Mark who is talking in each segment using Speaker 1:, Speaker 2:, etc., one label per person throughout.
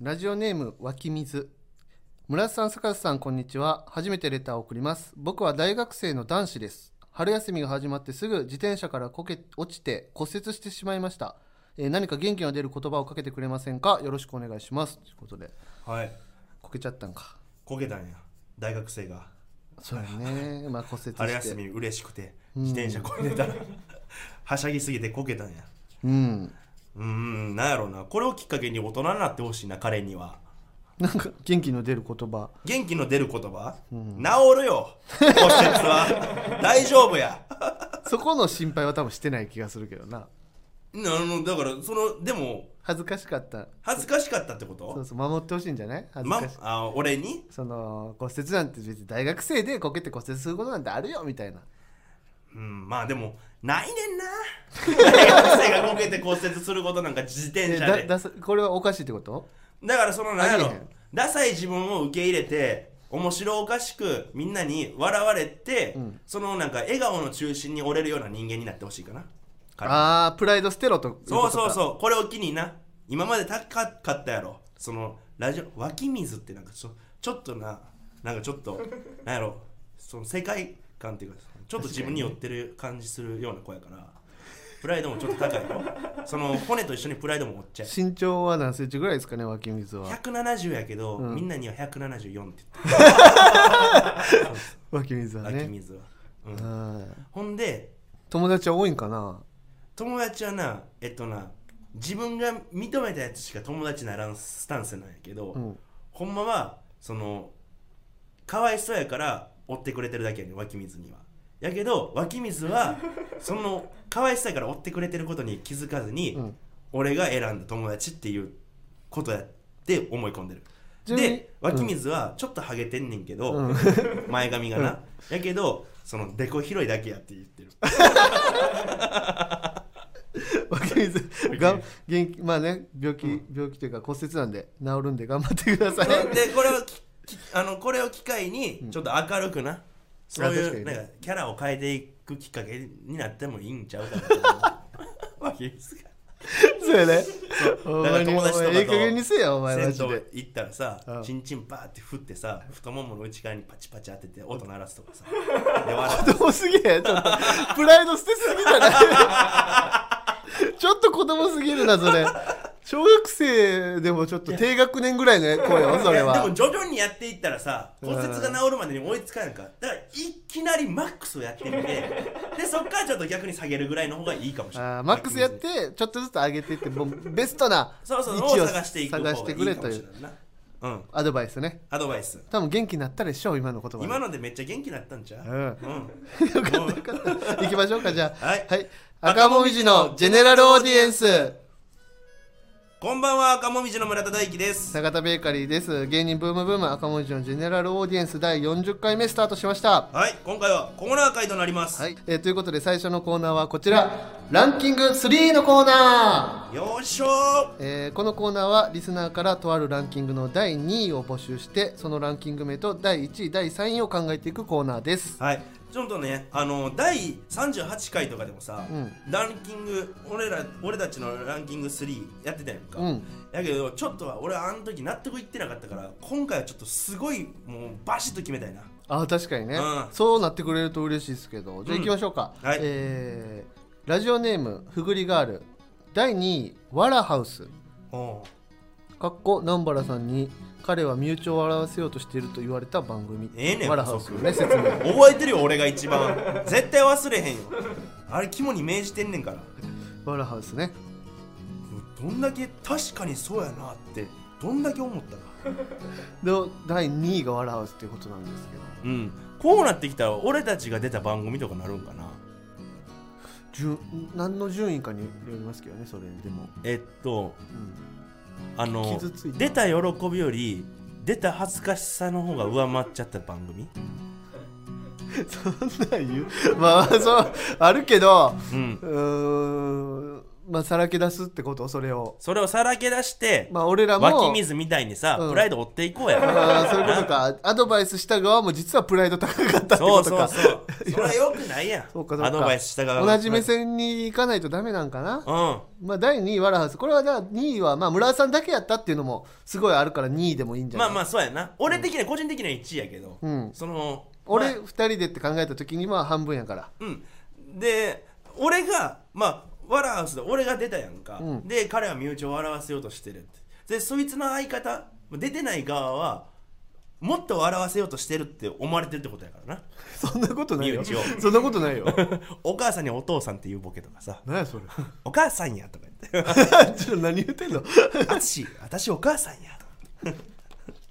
Speaker 1: ラジオネーム湧き水村瀬さん坂瀬さんこんにちは初めてレターを送ります僕は大学生の男子です春休みが始まってすぐ自転車からこけ落ちて骨折してしまいました、えー何か元気が出る言葉をかけてくれませんかよろしくお願いしますということで
Speaker 2: はい
Speaker 1: こけちゃったんか
Speaker 2: こけたんや大学生が
Speaker 1: そうやねまあ骨折して
Speaker 2: 春休み嬉しくて自転車こいでたら はしゃぎすぎてこけたんや
Speaker 1: うん
Speaker 2: うーんなんやろうなこれをきっかけに大人になってほしいな彼には
Speaker 1: なんか元気の出る言葉
Speaker 2: 元気の出る言葉、治るよ骨折は大丈夫や
Speaker 1: そこの心配は多分してない気がするけどな
Speaker 2: なあのだからそのでも
Speaker 1: 恥ずかしかった
Speaker 2: 恥ずかしかったってこ
Speaker 1: そう
Speaker 2: と
Speaker 1: そう守ってほしいんじゃない恥ず
Speaker 2: ま
Speaker 1: かし、
Speaker 2: あ俺に
Speaker 1: その骨折なんて別に大学生でこけて骨折することなんてあるよみたいな
Speaker 2: うんまあでもないねんな 大学生がこけて骨折することなんか自転
Speaker 1: え
Speaker 2: 車
Speaker 1: だ
Speaker 2: で
Speaker 1: だすこれはおかしいってこと
Speaker 2: だからその何や
Speaker 1: あ
Speaker 2: ろ
Speaker 1: りえへん
Speaker 2: ダサい自分を受け入れて面白おかしくみんなに笑われて、
Speaker 1: ん
Speaker 2: そのなんか笑顔の中心に折れるような人間になってほしいかな彼
Speaker 1: ああプライド捨てろということ
Speaker 2: そうそう
Speaker 1: う
Speaker 2: そうこれを機にな今まで高かったやろそのラジオ湧き水ってなんかちょちょっとななんかちょ っとなんやろその世界観っていうかちょっと自分に寄ってる感じするような子やからプライドもちょっと高いよその骨と一緒にプライドも折っちゃう
Speaker 1: 身長は何センチぐらいですかね湧き水は
Speaker 2: 170やけど、みんなには174って言って
Speaker 1: 湧き水は
Speaker 2: 湧き
Speaker 1: ね
Speaker 2: 水は、うん
Speaker 1: はい
Speaker 2: ほんで
Speaker 1: 友達は多いんか な
Speaker 2: 友達はなえっとな自分が認めたやつしか友達ならんスタンスなんやけど、
Speaker 1: ん
Speaker 2: ほんまはそのかわいそうやから追ってくれてるだけやねん湧き水にはやけど湧き水は そのかわいそうやから追ってくれてることに気づかずに、
Speaker 1: ん
Speaker 2: 俺が選んだ友達っていうことやって思い込んでる
Speaker 1: ちなみに
Speaker 2: で湧き水はちょっとハゲてんねんけど、
Speaker 1: うん
Speaker 2: 前髪がな、やけどそのデコ広いだけやって言ってる
Speaker 1: 湧き水が元気まあね病気、病気というか骨折なんで治るんで頑張ってください
Speaker 2: でこれをききあのこれを機会にちょっと明るくな、そうい
Speaker 1: あ確
Speaker 2: う
Speaker 1: か
Speaker 2: な
Speaker 1: にね
Speaker 2: んかキャラを変えていくきっかけになってもいいんちゃうかな わけですが
Speaker 1: そうやねお
Speaker 2: だ
Speaker 1: 前
Speaker 2: から
Speaker 1: にお
Speaker 2: 友達とか
Speaker 1: 前
Speaker 2: と
Speaker 1: ええ加減にせえよお前マジ
Speaker 2: 銭
Speaker 1: で
Speaker 2: 湯行ったらさ
Speaker 1: うん
Speaker 2: チンチンパーって振ってさ太ももの内側にパチパチ当てて音鳴らすと かさで笑
Speaker 1: 子供すぎやちょっとプライド捨てすぎじゃない ちょっと子供すぎるなそれ小学生でもちょっと低学年ぐらいの声よそうれ
Speaker 2: いやで
Speaker 1: は
Speaker 2: も徐々にやっていったらさ骨折が治るまでに追いつかんかだからいきなりマックスをやってみてでそっからちょっと逆に下げるぐらいの方がいいかもし
Speaker 1: あ
Speaker 2: れない
Speaker 1: ーマックスやってちょっとずつ上げていってもうベストな位
Speaker 2: そうそう
Speaker 1: 置
Speaker 2: を
Speaker 1: を
Speaker 2: 探していく方が
Speaker 1: 探
Speaker 2: い
Speaker 1: し
Speaker 2: い
Speaker 1: て
Speaker 2: か
Speaker 1: くれと
Speaker 2: も
Speaker 1: い
Speaker 2: しれ
Speaker 1: う
Speaker 2: ないなうん
Speaker 1: アドバイスね
Speaker 2: アドバイス
Speaker 1: 多分元気になったでしょう今の言葉で
Speaker 2: 今のでめっちゃ元気になったんちゃ
Speaker 1: う
Speaker 2: うんうん、
Speaker 1: よかったよかった行きましょうかじゃあ
Speaker 2: はい
Speaker 1: 赤もみじのジェネラルオーディエンス
Speaker 2: こんばんは赤もみじの村田大樹です
Speaker 1: 坂田ベーカリーです芸人ブームブーム赤文字のジェネラルオーディエンス第40回目スタートしました
Speaker 2: はい今回はコーナー会となります、
Speaker 1: はい、えーということで最初のコーナーはこちらランキング3のコーナー
Speaker 2: よいしょー
Speaker 1: えーこのコーナーはリスナーからとあるランキングの第2位を募集してそのランキング名と第1位第3位を考えていくコーナーです
Speaker 2: はいちょっとねあの第38回とかでもさ、
Speaker 1: う
Speaker 2: ランキング俺ら俺たちのランキング3やってたやんか、
Speaker 1: うん
Speaker 2: やけどちょっとは俺はあの時納得いってなかったから今回はちょっとすごいもうバシッと決めたいな
Speaker 1: あー確かにね、
Speaker 2: うん
Speaker 1: そうなってくれると嬉しいですけどじゃあ行きましょうか、
Speaker 2: はい
Speaker 1: えーラジオネームふぐりガール第2位わらハウス
Speaker 2: おう
Speaker 1: かっこ南原さんに彼は身内を笑わせようとしていると言われた番組
Speaker 2: ええねん
Speaker 1: わらハウスのね説明
Speaker 2: 覚えてるよ俺が一番絶対忘れへんよあれ肝に銘じてんねんから
Speaker 1: わらハウスね
Speaker 2: どんだけ確かにそうやなってどんだけ思ったか
Speaker 1: で第2位がわらハウスっていうことなんですけど
Speaker 2: うんこうなってきたら俺たちが出た番組とかなるんかな
Speaker 1: 順何の順位かによりますけどねそれで も、
Speaker 2: えっと
Speaker 1: うん
Speaker 2: あの
Speaker 1: 傷ついた
Speaker 2: 出た喜びより出た恥ずかしさの方が上回っちゃった番組
Speaker 1: そんなん言うまあそうあるけど
Speaker 2: うん
Speaker 1: うーんまあさらけ出すってことそれを
Speaker 2: それをさらけ出して、
Speaker 1: まあ俺らも
Speaker 2: 湧き水みたいにさ、
Speaker 1: うん
Speaker 2: プライド追っていこうや
Speaker 1: あーそういうことかアドバイスした側も実はプライド高かったって
Speaker 2: そ
Speaker 1: こ
Speaker 2: う
Speaker 1: と
Speaker 2: そう
Speaker 1: か
Speaker 2: そうそれはよくないやん
Speaker 1: そうかそうか
Speaker 2: アドバイスした側が
Speaker 1: 同じ目線に行かないとダメなんかな
Speaker 2: うん
Speaker 1: まあ第2位ワラハウスこれはだ2位はまあ村田さんだけやったっていうのもすごいあるから2位でもいいんじゃ
Speaker 2: ま
Speaker 1: ない
Speaker 2: あまあそうやな俺的には個人的には1位やけど、
Speaker 1: うん
Speaker 2: その
Speaker 1: 俺
Speaker 2: ま
Speaker 1: 2
Speaker 2: あ
Speaker 1: 人でって考えた時にまあ半分やから
Speaker 2: うんで俺がまあ笑わすで俺が出たやんか、
Speaker 1: うん
Speaker 2: で彼は身内を笑わせようとしてるってでそいつの相方出てない側はもっと笑わせようとしてるって思われてるってことやからな
Speaker 1: そんなことないよ
Speaker 2: 身内を
Speaker 1: そんなことないよ
Speaker 2: お母さんにお父さんっていうボケとか さ
Speaker 1: 何やそれ
Speaker 2: お母さんやとか言って
Speaker 1: ちょっと何言ってんの
Speaker 2: 私私お母さんやとか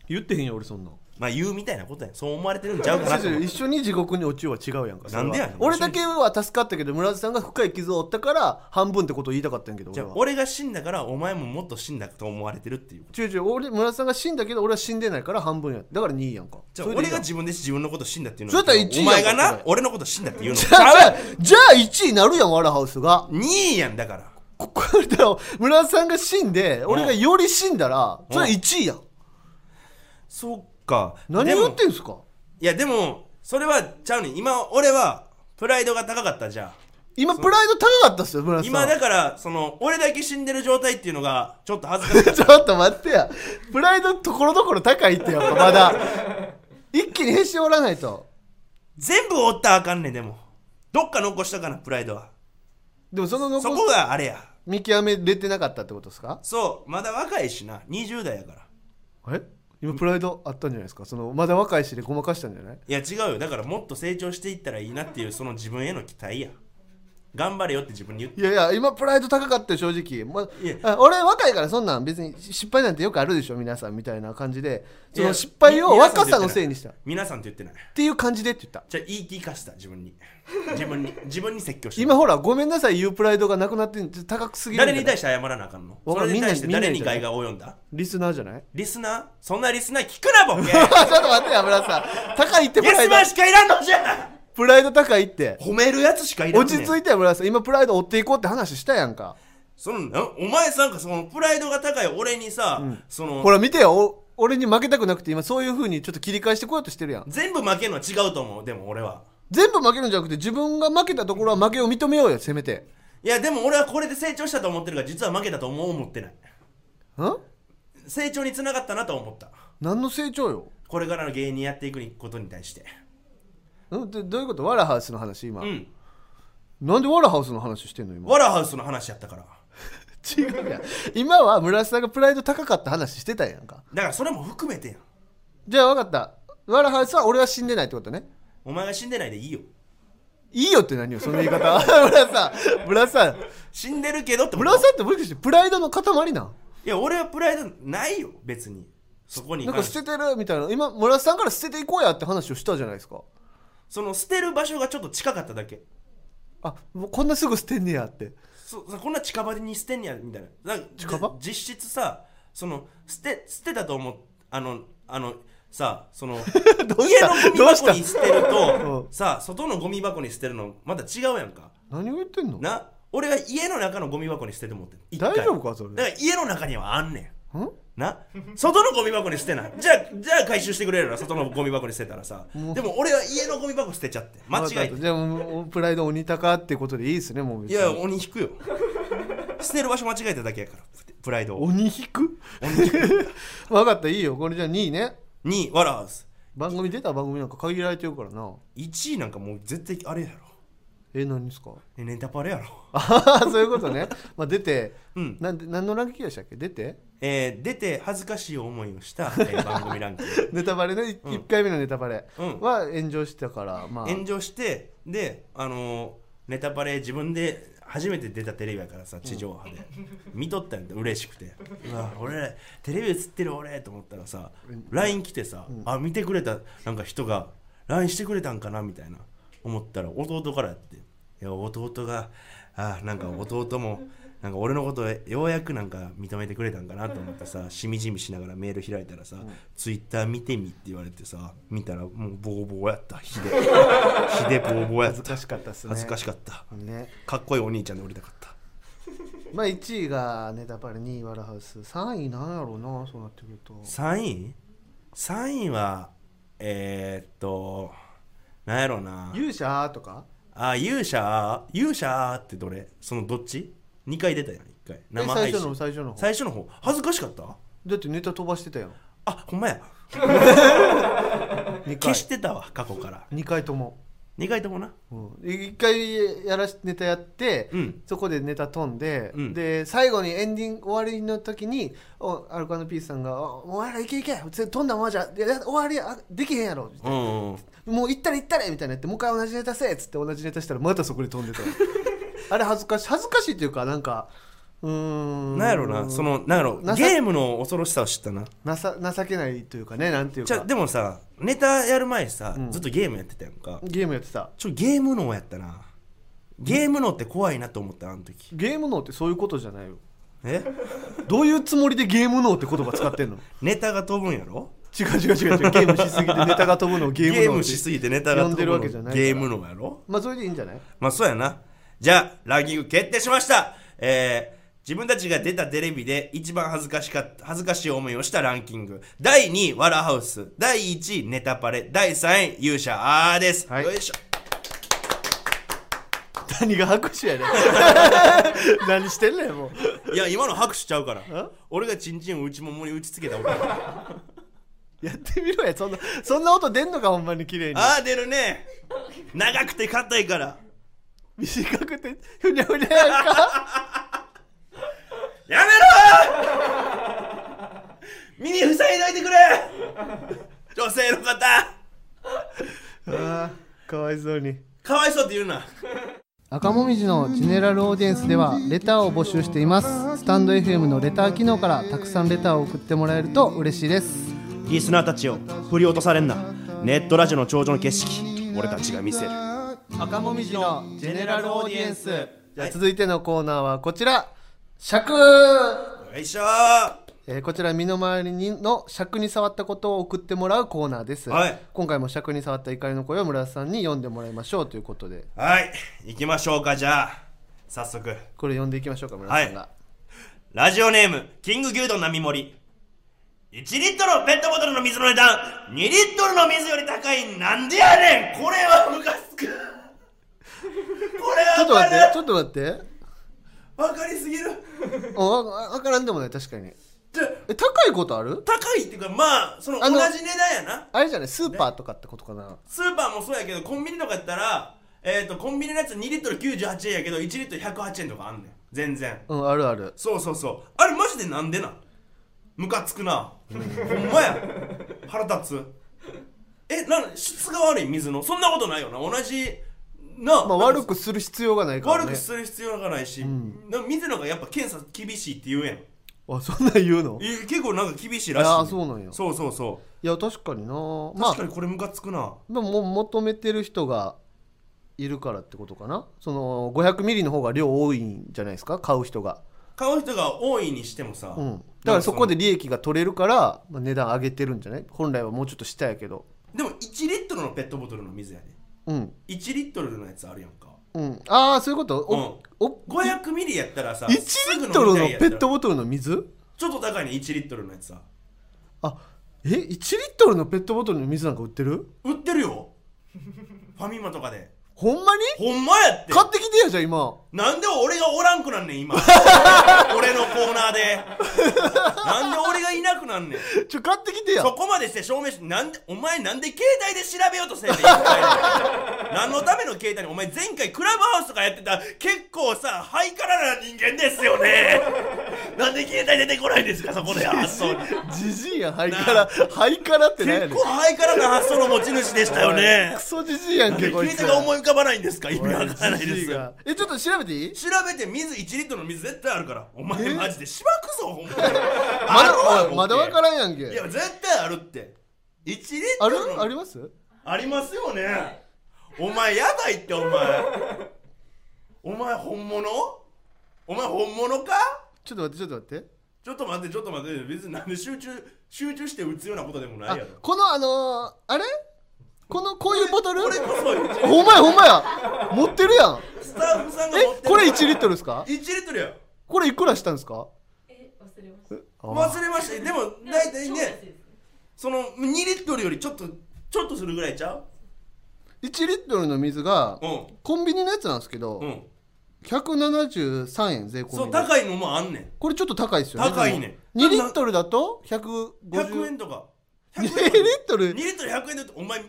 Speaker 1: 言ってへんよ俺そんな
Speaker 2: まあ言うみたいなことやんそう思われてるんちゃうかな と思う
Speaker 1: 一緒に地獄に落ちようは違うやんかそれは
Speaker 2: なんでやねん
Speaker 1: 俺だけは助かったけど村田さんが深い傷を負ったから半分ってことを言いたかったんやけど
Speaker 2: じ
Speaker 1: 俺
Speaker 2: ゃあ
Speaker 1: は
Speaker 2: 俺が死んだからお前ももっと死んだと思われてるっていうこと
Speaker 1: 違う違う俺村田さんが死んだけど俺は死んでないから半分やだから2位やんか
Speaker 2: じゃあ
Speaker 1: それでい
Speaker 2: 俺
Speaker 1: いや
Speaker 2: が
Speaker 1: ん
Speaker 2: 自分で自分のこと死んだっていうのは
Speaker 1: それやったら一位
Speaker 2: お前
Speaker 1: や
Speaker 2: が
Speaker 1: ん
Speaker 2: な俺のこと死んだっていうの
Speaker 1: じゃあじゃあ1位になるやんワラハウスが
Speaker 2: 2位やんだから
Speaker 1: ここれだよ村田さんが死んで俺がより死んだらそれは1位やん
Speaker 2: そっか
Speaker 1: 何
Speaker 2: でも
Speaker 1: を言ってんすか
Speaker 2: いやでもそれはちゃうねん今俺はプライドが高かったじゃ
Speaker 1: 今プライド高かったっすよ村
Speaker 2: ん
Speaker 1: 田
Speaker 2: 今
Speaker 1: さん
Speaker 2: だからその俺だけ死んでる状態っていうのがちょっと恥ずかしかっ
Speaker 1: ちょっと待ってやプライドところどころ高いってやっぱま だ一気にへし折らないと
Speaker 2: 全部折ったらあかんねんでもどっか残したかなプライドは
Speaker 1: でもその
Speaker 2: そ
Speaker 1: 残
Speaker 2: こ
Speaker 1: す
Speaker 2: があれや
Speaker 1: 見極めれてなかったってことですか
Speaker 2: そうまだ若いしな20代やから
Speaker 1: え今プライドあったんじゃないですかそのまだ若いしでごまかしたんじゃない
Speaker 2: いや違うよだからもっと成長していったらいいなっていうその自分への期待や頑張れよって自分に言って
Speaker 1: いやいや今プライド高かったよ正直、ま
Speaker 2: いや
Speaker 1: あ俺若いからそんなん別に失敗なんてよくあるでしょ皆さんみたいな感じでそ
Speaker 2: い
Speaker 1: の
Speaker 2: や
Speaker 1: 失敗を
Speaker 2: み皆さん
Speaker 1: 若
Speaker 2: っ
Speaker 1: さ
Speaker 2: て言ってない
Speaker 1: のせいにしたっ
Speaker 2: 皆さんって言ってない
Speaker 1: ていう感じでって言った
Speaker 2: じゃあ言い聞かした自分に自 分に自分に説教して
Speaker 1: 今ほらごめんなさい言うプライドがなくなってん高すぎる
Speaker 2: 誰に対
Speaker 1: して
Speaker 2: して謝らなあかんの
Speaker 1: わ
Speaker 2: そ
Speaker 1: からん
Speaker 2: れに対して
Speaker 1: みんなに
Speaker 2: 誰に害が及んだ
Speaker 1: リスナーじゃない
Speaker 2: リスナーそんなリスナー聞くなボケ
Speaker 1: ちょ っと待ってや村さん高いってプ
Speaker 2: イエ
Speaker 1: ラ
Speaker 2: ス
Speaker 1: イド
Speaker 2: マンしかいらんのじゃ
Speaker 1: プライド高いって
Speaker 2: 褒めるやつしかいらん
Speaker 1: 落
Speaker 2: ねん
Speaker 1: ち着いてや村さん今プライド追っていこうって話したやんか
Speaker 2: そのなお前さんかそのプライドが高い俺にさ、その
Speaker 1: ほら見てよお俺に負けたくなくて今そういう風にちょっと切り返してこようとしてるやん
Speaker 2: 全部負けるのは違うと思うでも俺は
Speaker 1: 全部負けるんじゃなくて自分が負けたところは負けを認めようよせめて
Speaker 2: いやでも俺はこれで成長したと思ってるから実は負けたと思う思ってない
Speaker 1: ん
Speaker 2: 成長につながったなと思った
Speaker 1: 何の成長よ
Speaker 2: これからの芸人やっていくことに対して
Speaker 1: んどどういうことワラハウスの話今、
Speaker 2: うん
Speaker 1: なんでワラハウスの話してんの今
Speaker 2: ワラハウスの話やったから
Speaker 1: 違うやん今は村瀬さんがプライド高かった話してたやんか
Speaker 2: だからそれも含めてやん
Speaker 1: じゃあ分かったワラハウスは俺は死んでないってことね
Speaker 2: お前が死んでないでいいよ
Speaker 1: いいよって何よその言い方村瀬さん村瀬さん
Speaker 2: 死んでるけどってこと
Speaker 1: 村瀬さんってもしかしてプライドの塊なん
Speaker 2: いや俺はプライドないよ別にそこに
Speaker 1: なんか
Speaker 2: 関して
Speaker 1: 捨ててるみたいな今村瀬さんから捨てていこうやって話をしたじゃないですか
Speaker 2: その捨てる場所がちょっと近かっただけ
Speaker 1: あもうこんなすぐ捨てんねやって
Speaker 2: そそこんな近場に捨てんやみたいななんか
Speaker 1: 近場
Speaker 2: で実質さその捨て捨てたと思うあのあのさその家の
Speaker 1: どうした
Speaker 2: ゴミ
Speaker 1: どうし
Speaker 2: 箱
Speaker 1: た
Speaker 2: に捨てると、
Speaker 1: うん
Speaker 2: さ外のゴミ箱に捨てるのまた違うやんか
Speaker 1: 何を言ってんの
Speaker 2: な俺が家の中のゴミ箱に捨ててもって一回
Speaker 1: 大丈夫かそれ
Speaker 2: だから家の中にはあんねん
Speaker 1: ん
Speaker 2: な外のゴミ箱に捨てなじゃあじゃあ回収してくれるな外のゴミ箱に捨てたらさでも俺は家のゴミ箱捨てちゃって間違えて
Speaker 1: じゃあもうプライド鬼高ってことでいいですねもう別
Speaker 2: い
Speaker 1: に
Speaker 2: や鬼引くよ捨てる場所間違えただけやからププライドを
Speaker 1: 鬼引く 分かったいいよこれじゃあ2位ね
Speaker 2: 2位ワラハウス
Speaker 1: 番組出た番組なんか限られてるからな
Speaker 2: 1位なんかもう絶対あれやろ
Speaker 1: え何ですか
Speaker 2: えネタパレやろ
Speaker 1: ああそういうことねまあ出て、
Speaker 2: うん
Speaker 1: なんで何のランキングでしたっけ出て
Speaker 2: えー出て恥ずかしい思いをした、えー番組ランキング
Speaker 1: ネタバレね、い一1回目のネタバレ
Speaker 2: うん
Speaker 1: は炎上してたからまあ
Speaker 2: 炎上してであのーネタパレ自分で初めて出たテレビやからさ地上波で、見とったんで嬉しくてうわ俺らテレビ映ってる俺と思ったらさ LINE 来てさ、あ見てくれたなんか人が LINE してくれたんかなみたいな思ったら弟からやっていや弟があなんか弟もなんか俺のことようやくなんか認めてくれたんかなと思ってさしみじみしながらメール開いたらさ、ツイッター見てみって言われてさ見たらもうボーボーやったひでひでボーボーやっ
Speaker 1: 恥ず
Speaker 2: た
Speaker 1: かしかったっすね
Speaker 2: 恥ずか
Speaker 1: し
Speaker 2: しかった
Speaker 1: ね
Speaker 2: かっこいいお兄ちゃんで売りたかった
Speaker 1: まあ1位がネタバレ2位ワラハウス3位なんやろうなそうなってくると
Speaker 2: 3位 ?3 位はえー、っとなんやろうな
Speaker 1: 勇者とか
Speaker 2: あ勇者勇者ってどれそのどっち ?2 回出たやん1回
Speaker 1: え
Speaker 2: 生
Speaker 1: 最
Speaker 2: 配
Speaker 1: 初の
Speaker 2: 信
Speaker 1: 最初の方
Speaker 2: 最初の方恥ずかしかった
Speaker 1: だってネタ飛ばしてたよ
Speaker 2: あほん まや
Speaker 1: 2回
Speaker 2: 消してたわ過去から
Speaker 1: 2回とも、
Speaker 2: 2回ともな
Speaker 1: うん、1回やらしネタやって、
Speaker 2: うん
Speaker 1: そこでネタ飛んで、
Speaker 2: うん
Speaker 1: で最後にエンディング終わりの時におアルコピースさんが「おお前らいけいけ飛んだままじゃいやいや終わりやあできへんやろ」
Speaker 2: うんうんうん
Speaker 1: もう行ったれ行ったれ」みたいなやって「もう一回同じネタせえ」っつって同じネタしたらまたそこで飛 んでたあれ恥ずかしい恥ずかしいっていうかなんかうーん
Speaker 2: なんやろうなそのなんやろ
Speaker 1: なさ
Speaker 2: ゲームの恐ろしさを知ったな
Speaker 1: なさ情けないというかねなんていう
Speaker 2: じゃ
Speaker 1: か
Speaker 2: でもさネタやる前さ、
Speaker 1: うん
Speaker 2: ずっとゲームやってたやんか
Speaker 1: ゲームやってた
Speaker 2: ちょゲーム脳やったなゲーム脳って怖いなと思ったあの時
Speaker 1: ゲーム脳ってそういうことじゃないよ
Speaker 2: え
Speaker 1: どういうつもりでゲーム脳って言葉使ってんの
Speaker 2: ネタが飛ぶんやろ
Speaker 1: 違う違う違う違うゲームしすぎてネタが飛ぶのをゲー
Speaker 2: ゲー
Speaker 1: ム脳
Speaker 2: ムし
Speaker 1: ぎ
Speaker 2: すぎてネタが飛
Speaker 1: 呼んで
Speaker 2: ぶ
Speaker 1: る
Speaker 2: の
Speaker 1: わけじゃないから
Speaker 2: ゲーム脳やろ
Speaker 1: まあそれでいいんじゃない
Speaker 2: まあそうやなじゃあランキング決定しましたえー自分たちが出たテレビで一番恥ずかしかった恥ずかしい思いをしたランキング第2位ワラハウス第1位ネタパレ第3位勇者あーです、
Speaker 1: はい
Speaker 2: よいしょ
Speaker 1: 何が拍手やねん何してんねんもう
Speaker 2: いや今の拍手ちゃうから
Speaker 1: え
Speaker 2: 俺がチンチンを内ももに打ちつけた音あ
Speaker 1: やってみろやそんなそんな音出んのかほんまに綺麗に
Speaker 2: あ出るね長くて硬いから
Speaker 1: 短くてふにゃふにゃやんか
Speaker 2: やめろ耳塞いどいてくれ女性の方
Speaker 1: あーかわいそうに
Speaker 2: かわいそうって言うな
Speaker 1: 赤もみじのジェネラルオーディエンスではレターを募集していますスタンド FM のレター機能からたくさんレターを送ってもらえると嬉しいです
Speaker 2: リスナーたちを振り落とされんなネットラジオの頂上の景色俺たちが見せる
Speaker 1: 赤もみじのジェネラルオーディエンスじゃ
Speaker 2: は
Speaker 1: あ
Speaker 2: い
Speaker 1: 続いてのコーナーはこちら尺、
Speaker 2: よいしょーは
Speaker 1: えーこちら身の回りにの尺に触ったことを送ってもらうコーナーです、
Speaker 2: はい
Speaker 1: 今回も尺に触った怒りの声を村田さんに読んでもらいましょうということで
Speaker 2: い行きましょうかじゃあ早速
Speaker 1: これ読んでいきましょうか村田さんが、
Speaker 2: はラジオネームキング牛丼並盛1リットルのペットボトルの水の値段2リットルの水より高いなんでやねんこれはムカつくこ
Speaker 1: ちょっと待っ
Speaker 2: れはわか
Speaker 1: て
Speaker 2: る
Speaker 1: ちょっと待って
Speaker 2: わかりすぎる
Speaker 1: おわわからんでもない確かに
Speaker 2: じゃ
Speaker 1: え高いことある
Speaker 2: 高いっていうかまあその
Speaker 1: あ
Speaker 2: 同じ
Speaker 1: の
Speaker 2: 値段やな
Speaker 1: あれじゃないスーパーとかってことかな、
Speaker 2: スーパーもそうやけどコンビニとかやったらえっ、とコンビニのやつ2リットル98円やけど1リットル108円とかあんねん全然
Speaker 1: うんあるある
Speaker 2: そうそうそうあれマジでなんでなんムカつくな、ほんまや腹立つえなん質が悪い水のそんなことないよな同じな、
Speaker 1: まあ
Speaker 2: なんか
Speaker 1: 悪くする必要がないから、ね、
Speaker 2: 悪くする必要がないし、なんか水のがやっぱ検査厳しいって言うやん
Speaker 1: あそんなん言うの
Speaker 2: え結構なんか厳しいらしい
Speaker 1: あーそうなんや
Speaker 2: そうそうそ
Speaker 1: いや確かにな
Speaker 2: う
Speaker 1: まあ
Speaker 2: 確かにこれムカつくな、
Speaker 1: でももう求めてる人がいるからってことかなその500ミリの方が量多いんじゃないですか買う人が、
Speaker 2: 買う人が多いにしてもさ、
Speaker 1: うん、だからそこで
Speaker 2: なんか
Speaker 1: 利益が取れるから、まあ、値段上げてるんじゃない本来はもうちょっと下やけど
Speaker 2: そのでも1リットルのペットボトルの水やで
Speaker 1: うん
Speaker 2: 1リットルのやつあるやんか
Speaker 1: うんああそういうことお、お
Speaker 2: 500ミリやったらさ
Speaker 1: 1リットルのペット
Speaker 2: ボ
Speaker 1: ボトルの水
Speaker 2: ちょっと高いね1リットルのやつさ
Speaker 1: あえ1リットルのペットボトルの水なんか売ってる
Speaker 2: 売ってるよ ファミマとかで
Speaker 1: ほんまに
Speaker 2: ほんまやって
Speaker 1: 買ってきてやじゃあ今
Speaker 2: なんで俺がおらんくなんね ん今俺のコーナーでなんで俺がいなくなんねん
Speaker 1: ちょ買ってきてや
Speaker 2: そこまでして証明してなんでお前なんで携帯で調べようとせんねん一 体何のための携帯にお前前回クラブハウスとかやってた結構さハイカラな人間です よねなんで携帯出てこないんですかそこで発想に
Speaker 1: じじいやんハイカラハイカラってなんや
Speaker 2: 結
Speaker 1: ねん
Speaker 2: 構ハイカラな発想の持ち主でしたよね
Speaker 1: クソじじいやんけ
Speaker 2: 携
Speaker 1: こい
Speaker 2: 帯
Speaker 1: つ
Speaker 2: が思い浮かばないんですか意味わからない
Speaker 1: ジジ
Speaker 2: で
Speaker 1: イ
Speaker 2: すよ
Speaker 1: がえちょっと調べていい
Speaker 2: 調べて水1リットルの水絶対あるからお前
Speaker 1: え
Speaker 2: マジでしばくぞほんまに
Speaker 1: ま
Speaker 2: あるわ
Speaker 1: だお
Speaker 2: ボ
Speaker 1: い
Speaker 2: ケ
Speaker 1: まだわからんやん
Speaker 2: い
Speaker 1: け
Speaker 2: や絶対あるって1リッ
Speaker 1: あ
Speaker 2: ト
Speaker 1: る
Speaker 2: ルの
Speaker 1: あります
Speaker 2: ありますよねお前やばいってお前お前本物お前本物か
Speaker 1: ちょっと待ってちょっと待って
Speaker 2: ちょっと待ってちょっと待って別になんで集中集中して打つようなことでもな
Speaker 1: あ
Speaker 2: いやろ
Speaker 1: このあのー、あれこのこういうボトル
Speaker 2: これこそ1
Speaker 1: ほんまやほんまや持ってるやん
Speaker 2: スタッフさんが持って
Speaker 1: えこれ1リットルですか
Speaker 2: 1リットルや
Speaker 1: これいくらしたんですか
Speaker 3: え、忘れました。
Speaker 1: あ
Speaker 2: 忘れましたでも大体
Speaker 3: 超安い
Speaker 2: ね
Speaker 3: です
Speaker 2: その2リットルよりちょっとちょっとするぐらいちゃう
Speaker 1: 1リットルの水が
Speaker 2: うん
Speaker 1: コンビニのやつなんですけど、
Speaker 2: うん
Speaker 1: 173円税込
Speaker 2: そ
Speaker 1: みで
Speaker 2: う高いのもあんねん
Speaker 1: これちょっと高いですよね
Speaker 2: 高いね
Speaker 1: 2リットルだと
Speaker 2: 100
Speaker 1: 150
Speaker 2: 円とか
Speaker 1: 2リッ
Speaker 2: 100円
Speaker 1: ト
Speaker 2: 2
Speaker 1: ル
Speaker 2: リットル100円だってお前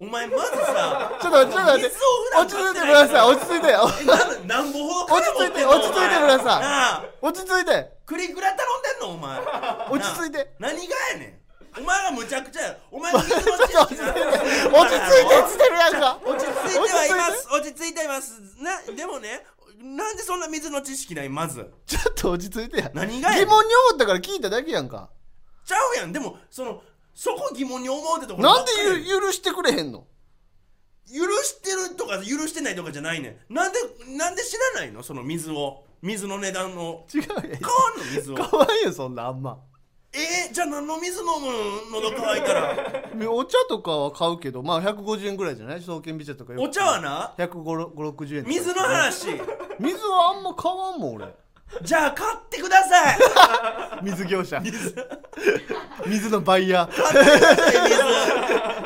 Speaker 2: お前まずさ
Speaker 1: ちょっとちょっと待って
Speaker 2: 水を普段
Speaker 1: 落ち着いてください落ち着いて
Speaker 2: えなんなんぼほど金持ってんの
Speaker 1: 落ち着いて落ち着い
Speaker 2: お前
Speaker 1: てください
Speaker 2: なあ
Speaker 1: 落ち着いて
Speaker 2: 栗グラ頼んでんのお前
Speaker 1: 落ち着いて
Speaker 2: なあ何がやねんお前がむちゃくちゃやお前が水持ち
Speaker 1: ちょ っと落ち着いて落ち着いてっつってるやん か
Speaker 2: 落ち着いてはいます落ち着いてはいますなでもねなんでそんな水の知識ないまず
Speaker 1: ちょっと落ち着いてや
Speaker 2: 何がやねん
Speaker 1: 疑問に思ったから聞いただけやんか
Speaker 2: ちゃうやんでもそのそこ疑問に思うってところ
Speaker 1: なんで
Speaker 2: ばっかりや
Speaker 1: ゆ
Speaker 2: ん
Speaker 1: 許してくれへんの
Speaker 2: 許してるとか許してないとかじゃないねんなんでなんで知らないのその水を水の値段の
Speaker 1: 違うやん
Speaker 2: 変わんの水を
Speaker 1: かわいいよそんなあんま
Speaker 2: えー、じゃあ何の水飲むの喉乾いた ら
Speaker 1: お茶とかは買うけどまあ150円ぐらいじゃない証券美茶とかよく
Speaker 2: お茶はな
Speaker 1: 15060円とか
Speaker 2: 水の話
Speaker 1: 水はあんま買わんもん俺
Speaker 2: じゃあ買ってください
Speaker 1: 水業者水のバイヤー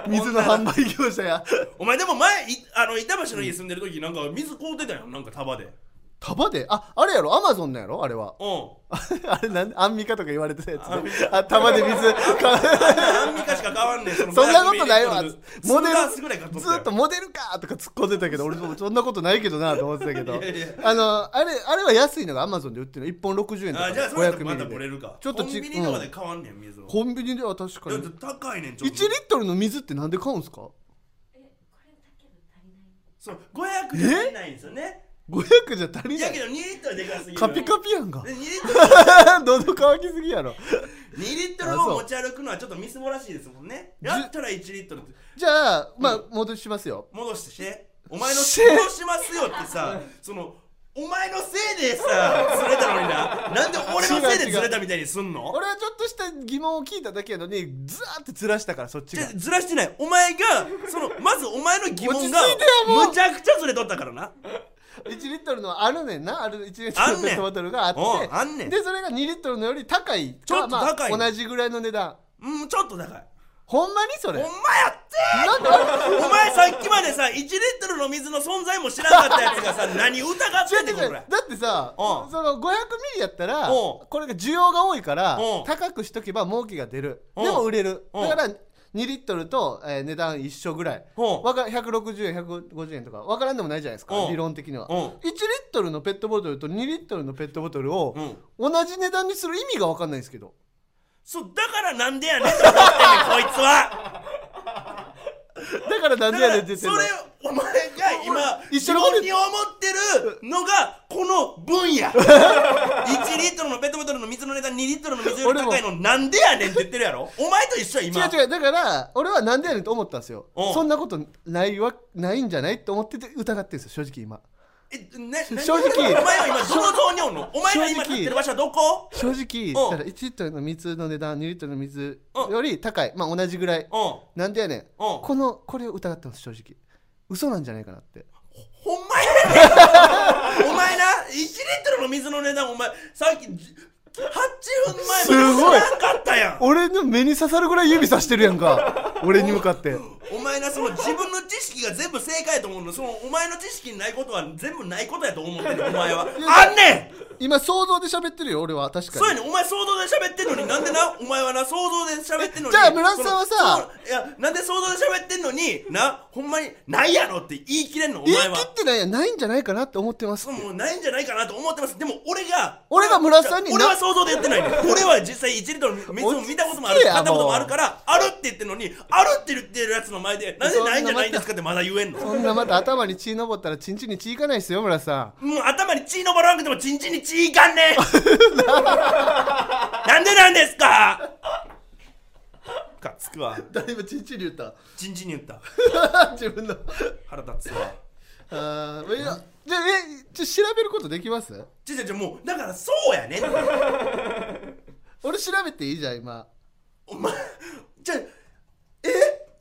Speaker 2: 水
Speaker 1: 水の販売業者や
Speaker 2: お前でも前いあの板橋の家住んでる時なんか水買うてたよなんか束でうん
Speaker 1: 束でああれやろアマゾンのやろあれは あれなんアンミカとか言われてたやつ、ね、あ束 で水
Speaker 2: あんなアンミカしか買わんねんその
Speaker 1: そんなことないわ
Speaker 2: 500ミリリッ
Speaker 1: モ
Speaker 2: トル
Speaker 1: デ
Speaker 2: スーダースぐらい買
Speaker 1: ル
Speaker 2: とった
Speaker 1: ず
Speaker 2: よ
Speaker 1: っとモデルかとか突っ込んでたけど俺もそんなことないけどなと思ってたけど
Speaker 2: いやいや
Speaker 1: あのあれあれは安いのがアマゾンで売ってるの1本60円とか
Speaker 2: あじゃあそれだとまたブ
Speaker 1: で
Speaker 2: レるか
Speaker 1: ちょっと
Speaker 2: コン
Speaker 1: ち
Speaker 2: ビニとかで買わんねん水を
Speaker 1: コンビニでは確か
Speaker 2: だっ
Speaker 1: に
Speaker 2: て
Speaker 1: 1
Speaker 2: 高いねんちょ
Speaker 1: リ
Speaker 2: っ
Speaker 1: ッ
Speaker 2: と
Speaker 1: トルの水ってなんで買うんすか
Speaker 3: えこれだけど足りな
Speaker 2: そう500じゃ足りな
Speaker 3: い
Speaker 2: いんですよね
Speaker 1: 500じゃ足り
Speaker 2: い
Speaker 1: な
Speaker 2: やけ
Speaker 1: い
Speaker 2: ど2リットルでかすぎる
Speaker 1: カピカピやんか
Speaker 2: で 2, リッ ト
Speaker 1: 喉乾きすぎやろ
Speaker 2: ル2リットルを持ち歩くのはちょっとみすぼらしいですもんね
Speaker 1: じ
Speaker 2: やったら1リットルって
Speaker 1: じゃあまあ戻しますよ
Speaker 2: 戻してしてお前の
Speaker 1: し
Speaker 2: 戻しますよってさそのお前のせいでさずれたのにななんで俺のせいでずれたみたいにすんの
Speaker 1: 俺はちょっとした疑問を聞いただけやのにずーってずらしたからそっち
Speaker 2: じ
Speaker 1: が
Speaker 2: ゃずらしてないお前がそのまずお前の疑問が
Speaker 1: 落ち着いてよもう
Speaker 2: むちゃくちゃずれとったからな
Speaker 1: 1リットルのあるねんなある1リッ
Speaker 2: あ
Speaker 1: トル
Speaker 2: ん
Speaker 1: のペ
Speaker 2: ね
Speaker 1: ッ
Speaker 2: ん
Speaker 1: トボトルがあって
Speaker 2: おうあんねん
Speaker 1: でそれが2リットルのより高いか
Speaker 2: ちょっと高い
Speaker 1: まあ、同じぐらいの値段
Speaker 2: うんちょっと高い
Speaker 1: ほんまにそ
Speaker 2: ほん
Speaker 1: れ
Speaker 2: まやって
Speaker 1: なんであれ
Speaker 2: お前さっきまでさ1リットルの水の存在も知らなかったやつがさ何疑ってんね
Speaker 1: 違う
Speaker 2: んこ
Speaker 1: 違う
Speaker 2: れ
Speaker 1: だってさ
Speaker 2: おう
Speaker 1: その500ミリやったら
Speaker 2: おう
Speaker 1: これが需要が多いから
Speaker 2: おう
Speaker 1: 高くしとけば儲けが出る
Speaker 2: おう
Speaker 1: でも売れる
Speaker 2: おう
Speaker 1: だから2リットルと、えー値段一緒ぐらい
Speaker 2: おう
Speaker 1: わか160円150円とかわからんでもないじゃないですか
Speaker 2: おう
Speaker 1: 理論的には
Speaker 2: おう
Speaker 1: 1リットルのペットボトルと2リットルのペットボトルを
Speaker 2: うん
Speaker 1: 同じ値段にする意味がわかんないんですけど
Speaker 2: そうだからなんでやねんと思ってんねんこいつは
Speaker 1: だからなんでやねんって言ってん
Speaker 2: そ
Speaker 1: の
Speaker 2: れお前が今
Speaker 1: 一
Speaker 2: 疑
Speaker 1: 緒のこと
Speaker 2: 問に思ってるのがこの分 野1リットルのペットボトルの水の値段2リットルの水より高いのなんでやねんって言ってるやろお前と一緒や今
Speaker 1: 違う違うだから俺はなんでやねんと思ったんですよ
Speaker 2: うん
Speaker 1: そんなことないわないんじゃないって思ってて疑ってるんですよ正直今
Speaker 2: えね何
Speaker 1: 正直
Speaker 2: お前は今どのゾーンにおんのお前が今
Speaker 1: 正直
Speaker 2: 立ってる場所はどこ
Speaker 1: 正直
Speaker 2: うん
Speaker 1: だから1リットルの水の値段2リットルの水より高いまあ同じぐらい
Speaker 2: うん
Speaker 1: なんでやねん
Speaker 2: ほ
Speaker 1: このこれを疑ってます正直嘘なんじゃないかなって
Speaker 2: んまやねんお前な1リットルの水の値段お前さっきじ8分前まです
Speaker 1: ごい
Speaker 2: 知らんかったやん
Speaker 1: 俺の目に刺さるぐらい指さしてるやん か俺に向かって
Speaker 2: お前なその自分の知識が全部正解やと思うのそのお前の知識にないことは全部ないことやと思ってるお前はあんねん
Speaker 1: 今想像で喋ってるよ俺は確か
Speaker 2: そうや
Speaker 1: に
Speaker 2: ねんお前想像で喋ってんのになんでなお前はな想像で喋ってんのに
Speaker 1: じゃあ村瀬さんはさ
Speaker 2: そのそういやなんで想像で喋ってんのになほんまにないやろって言い切れんのお
Speaker 1: 言い
Speaker 2: 前
Speaker 1: 切
Speaker 2: は
Speaker 1: ってないやないんじゃないかなって思ってます
Speaker 2: そうもうないんじゃないかなと思ってますでも俺が
Speaker 1: 俺が村瀬さんにな
Speaker 2: 俺は想像で言ってないねん俺は実際1リットルの水を見たこともある
Speaker 1: 落ち着け
Speaker 2: し
Speaker 1: や
Speaker 2: 買ったこと
Speaker 1: もう
Speaker 2: もあるからあるって言ってんのにあるって言ってるやつの前でなんでないんじゃないんですかってまだ言えんの
Speaker 1: そんなまた頭に血上ったらチンチンに血いかないですよ村さ
Speaker 2: もう頭に血のばらなくてもチンチンに血いかん ねなんでなんですかかつくわ
Speaker 1: んだいぶチンチンに言った
Speaker 2: チンチンに言った
Speaker 1: 自分の
Speaker 2: 腹立つわ
Speaker 1: あーいやじゃあえちょ調べることできます
Speaker 2: ちちゃちゃもうだからそうやねん
Speaker 1: 俺調べていいじゃん今
Speaker 2: お前じゃえ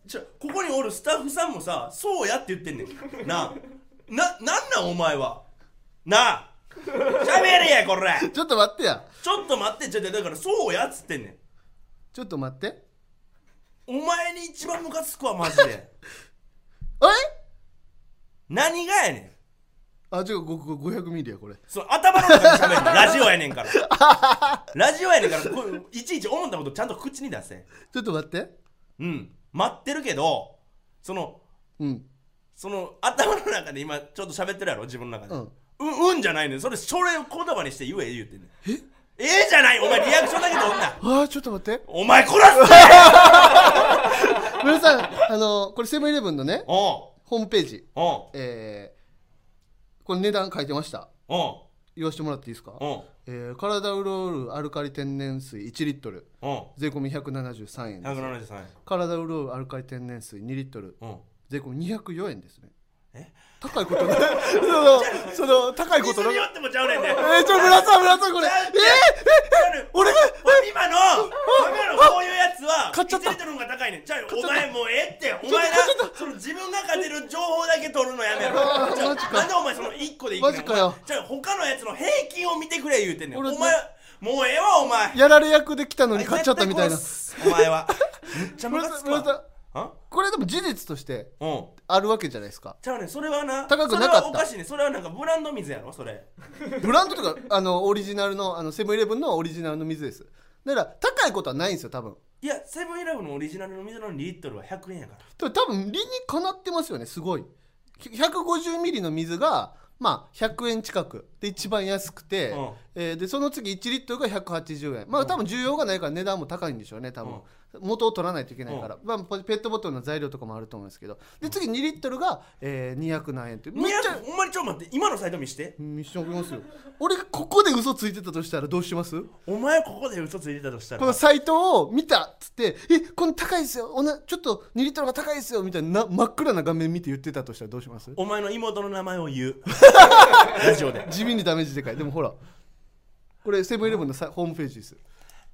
Speaker 2: じゃここにおるスタッフさんもさそうやって言ってんねんなあななんなんお前はなあ喋れやこれ
Speaker 1: ちょっと待ってや
Speaker 2: ちょっと待ってちょちょだからそうやっつってんねん
Speaker 1: ちょっと待って
Speaker 2: お前に一番ムカつくわマジで
Speaker 1: あれ
Speaker 2: 何がやねん
Speaker 1: あじゃあごご500ミリやこれ
Speaker 2: その頭の中で喋るのラジオやねんからラジオやねんからこういちいち思ったことちゃんと口に出せ
Speaker 1: ちょっと待って
Speaker 2: うん待ってるけどその
Speaker 1: うん
Speaker 2: その頭の中で今ちょっと喋ってるやろ自分の中で、
Speaker 1: うん
Speaker 2: うん、うんじゃないねんそれそれを言葉にして言え言うてんねんええじゃないお前リアクションだけどんな
Speaker 1: あーちょっと待って
Speaker 2: お前殺すぜ
Speaker 1: 皆さんあのこれセブンイレブンのね
Speaker 2: おう
Speaker 1: ホームページ
Speaker 2: おう
Speaker 1: えー、これ値段書いてました
Speaker 2: おう
Speaker 1: 言わせてもらっていいですか
Speaker 2: おう
Speaker 1: えー、体潤うアルカリ天然水1リットル
Speaker 2: おう
Speaker 1: 税込み173円です
Speaker 2: 173円
Speaker 1: 体潤うアルカリ天然水2リットル
Speaker 2: うん
Speaker 1: 税込み204円ですね
Speaker 2: え
Speaker 1: 高いこと ないそのその高いこと
Speaker 2: 水
Speaker 1: な
Speaker 2: に
Speaker 1: い
Speaker 2: よってもちゃうねんで、ね、
Speaker 1: えー、ちょ村さん村さんこれえー、ええ俺が
Speaker 2: ファミマの、ファミマのこういうやつは、
Speaker 1: 買っちゃった
Speaker 2: 1リットルの方が高いねん。じゃあ、お前もうええって、お前な、その自分が勝てる情報だけ取るのやめろ。
Speaker 1: あー
Speaker 2: じゃあ
Speaker 1: マジか
Speaker 2: なんでお前その1個でいくねん
Speaker 1: マジかよ
Speaker 2: お前じゃあ、他のやつの平均を見てくれ言うてんねん。
Speaker 1: 俺
Speaker 2: お前、もうええわ、お前。
Speaker 1: やられ役で来たのに買っちゃったみたいな
Speaker 2: 絶対殺すお前は。めっちゃム
Speaker 1: 村
Speaker 2: カ
Speaker 1: さ
Speaker 2: つ
Speaker 1: ん
Speaker 2: く
Speaker 1: 村さん
Speaker 2: わ。あ
Speaker 1: これでも事実として
Speaker 2: うん。
Speaker 1: あるわけじゃないですか
Speaker 2: ちゃうねん、それはな、
Speaker 1: 高くなかった
Speaker 2: それはおかしいねん。それはなんかブランド水やろ、それ。
Speaker 1: ブランドとかあのオリジナルのあのセブンイレブンのオリジナルの水ですだから高いことはないんですよ多分
Speaker 2: いや、セブンイレブンのオリジナルの水の2リットルは100円やから。
Speaker 1: でも多分理にかなってますよねすごい150ミリの水がまあ100円近くで一番安くて、
Speaker 2: うん
Speaker 1: えーでその次1リットルが180円まあ多分需要がないから値段も高いんでしょうね多分、元を取らないといけないから、まあ、ポペットボトルの材料とかもあると思うんですけどで次2リットルが、えー200何円ってめっちゃ
Speaker 2: 200、ほんまにちょっと待って、今のサイト見して。
Speaker 1: 見せておきますよ俺がここで嘘ついてたとしたらどうします
Speaker 2: お前ここで嘘ついてたとしたら
Speaker 1: このサイトを見たっつって「えこの高いですよおなちょっと2リットルが高いですよ」みたいなな真っ暗な画面見て言ってたとしたらどうします
Speaker 2: お前の妹の名前を 言うラジオで
Speaker 1: 地味にダメージでかいでもほらこれセブンイレブンのさホームページです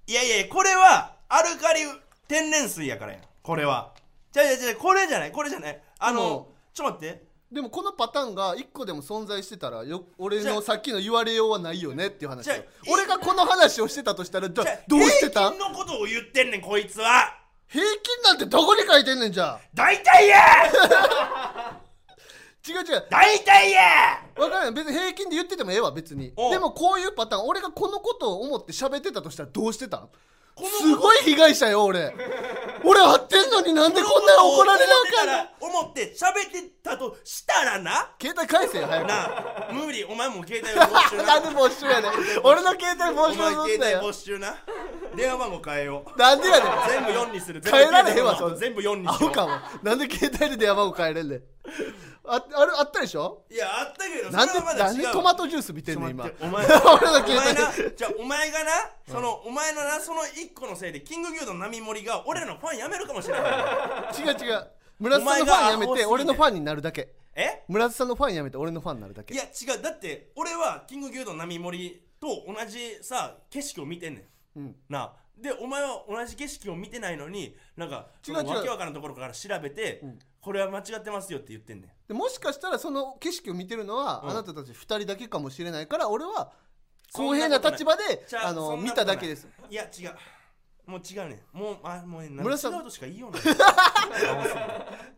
Speaker 2: いやいやこれはアルカリ天然水やからやこれはじゃじゃじゃこれじゃないこれじゃないあ
Speaker 1: で
Speaker 2: の
Speaker 1: も
Speaker 2: ちょっと待って
Speaker 1: でもこのパターンが1個でも存在してたらよ俺のさっきの言われようはないよねっていう話
Speaker 2: じゃあ
Speaker 1: よ俺がこの話をしてたとしたらじゃあ
Speaker 2: じゃ
Speaker 1: どうしてた
Speaker 2: 平均のことを言ってんねんこいつは
Speaker 1: 平均なんてどこに書いてんねんじゃあ
Speaker 2: 大体や
Speaker 1: 違う違う
Speaker 2: 大体や
Speaker 1: 分からない別に平均で言っててもええわ別に
Speaker 2: おう
Speaker 1: でもこういうパターン俺がこのことを思って喋ってたとしたらどうしてたん
Speaker 2: のこと
Speaker 1: すごい被害者よ俺俺合ってんのになんでこんな怒られなあかんの
Speaker 2: 思ってたら思って喋ってたとしたらな
Speaker 1: 携帯返せよ早く
Speaker 2: なあ無理お前も携帯を募集
Speaker 1: な
Speaker 2: なん
Speaker 1: で没収やねん俺の携帯
Speaker 2: お
Speaker 1: 没
Speaker 2: 前
Speaker 1: 収なんだ
Speaker 2: 携帯
Speaker 1: よ
Speaker 2: 募集な電話番号変えよう
Speaker 1: なんでやねん
Speaker 2: 全部4にする
Speaker 1: 変えられへんわそん
Speaker 2: 全部4に
Speaker 1: ア
Speaker 2: し
Speaker 1: ホ
Speaker 2: よ
Speaker 1: か
Speaker 2: う
Speaker 1: もなんで携帯で電話番号変えれんねんああるあったでしょ
Speaker 2: いやあったけど
Speaker 1: なん
Speaker 2: そ
Speaker 1: で
Speaker 2: れはまだ
Speaker 1: なん
Speaker 2: 違う
Speaker 1: でトマトジュース見てんねん
Speaker 2: ちょ
Speaker 1: 今
Speaker 2: っと
Speaker 1: 俺
Speaker 2: 待
Speaker 1: の
Speaker 2: ってお前お
Speaker 1: 携
Speaker 2: 前
Speaker 1: 帯
Speaker 2: なじゃあお前がなそのお前のなその1個のせいでキング牛丼並盛りが俺らのファンやめるかもしれない
Speaker 1: 違う違う村瀬さんのファンやめ
Speaker 2: お前がアホすぎ
Speaker 1: て
Speaker 2: て
Speaker 1: 俺のファンになるだけ
Speaker 2: え
Speaker 1: 村瀬さんのファンやめて俺のファンになるだ
Speaker 2: い
Speaker 1: け
Speaker 2: や違うだって俺はキング牛丼並盛りと同じさ景色を見てんねん
Speaker 1: うん
Speaker 2: なあでお前は同じ景色を見てないのになんか
Speaker 1: 違う
Speaker 2: そ
Speaker 1: 違
Speaker 2: の
Speaker 1: う
Speaker 2: わけわからんところから調べて、これは間違ってますよって言ってんねん
Speaker 1: でもしかしたらその景色を見てるのは、
Speaker 2: うん
Speaker 1: あなたたち2人だけかもしれないから俺は
Speaker 2: そ
Speaker 1: 公
Speaker 2: んな
Speaker 1: 平
Speaker 2: ことな
Speaker 1: ない立場で
Speaker 2: じゃ
Speaker 1: あの
Speaker 2: そん
Speaker 1: 見
Speaker 2: なこと
Speaker 1: た
Speaker 2: ない
Speaker 1: だけです
Speaker 2: いや違うもう違うねんもうあもうね
Speaker 1: 村さん
Speaker 2: 違うとしか言いようない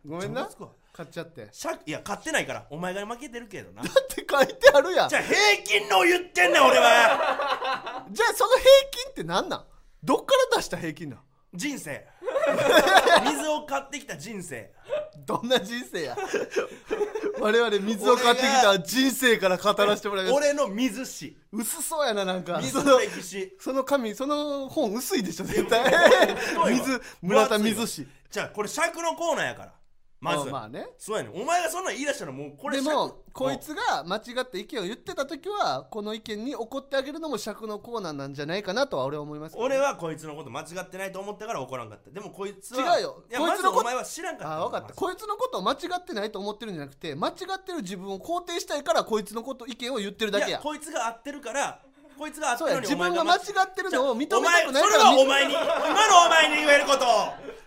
Speaker 1: ごめんな買っちゃってだ
Speaker 2: しゃいや勝ってないからお前が負けてるけどな
Speaker 1: っ て書いてあるやん
Speaker 2: じゃあ平均の言ってんねん俺は
Speaker 1: じゃあその平均って何なんどっから出した平均なん
Speaker 2: 人生 水を買ってきた人生
Speaker 1: どんな人生 や我々水を買ってきた人生から語らせてもらいます
Speaker 2: 俺の水史
Speaker 1: 薄そうやななんか
Speaker 2: 水
Speaker 1: そ
Speaker 2: の
Speaker 1: の
Speaker 2: 歴史
Speaker 1: その紙その本薄いでしょ絶 対水村田水氏
Speaker 2: じゃあこれ尺のコーナーやからまず
Speaker 1: あまあね
Speaker 2: そうやねんお前がそんなん言い出したらもうこれ
Speaker 1: で
Speaker 2: 尺
Speaker 1: もこいつが間違った意見を言ってた時はこの意見に怒ってあげるのも尺のコーナーなんじゃないかなとは俺は思いますけど
Speaker 2: 俺はこいつのこと間違ってないと思ったから怒らんかったでもこいつは
Speaker 1: 違うよ
Speaker 2: いや
Speaker 1: こい
Speaker 2: ま
Speaker 1: つ
Speaker 2: ず
Speaker 1: のこと
Speaker 2: お前は知らんかった
Speaker 1: あ分かったこいつのことを間違ってないと思ってるんじゃなくて間違ってる自分を肯定したいからこいつのこと意見を言ってるだけ
Speaker 2: い
Speaker 1: や
Speaker 2: やこいつが合ってるからこいつが合って
Speaker 1: そう
Speaker 2: る
Speaker 1: や
Speaker 2: のに
Speaker 1: 自分が間違ってるのを認めた
Speaker 2: お
Speaker 1: く
Speaker 2: 前そ
Speaker 1: ないか
Speaker 2: れ
Speaker 1: ら
Speaker 2: はお前に今のお前に言えること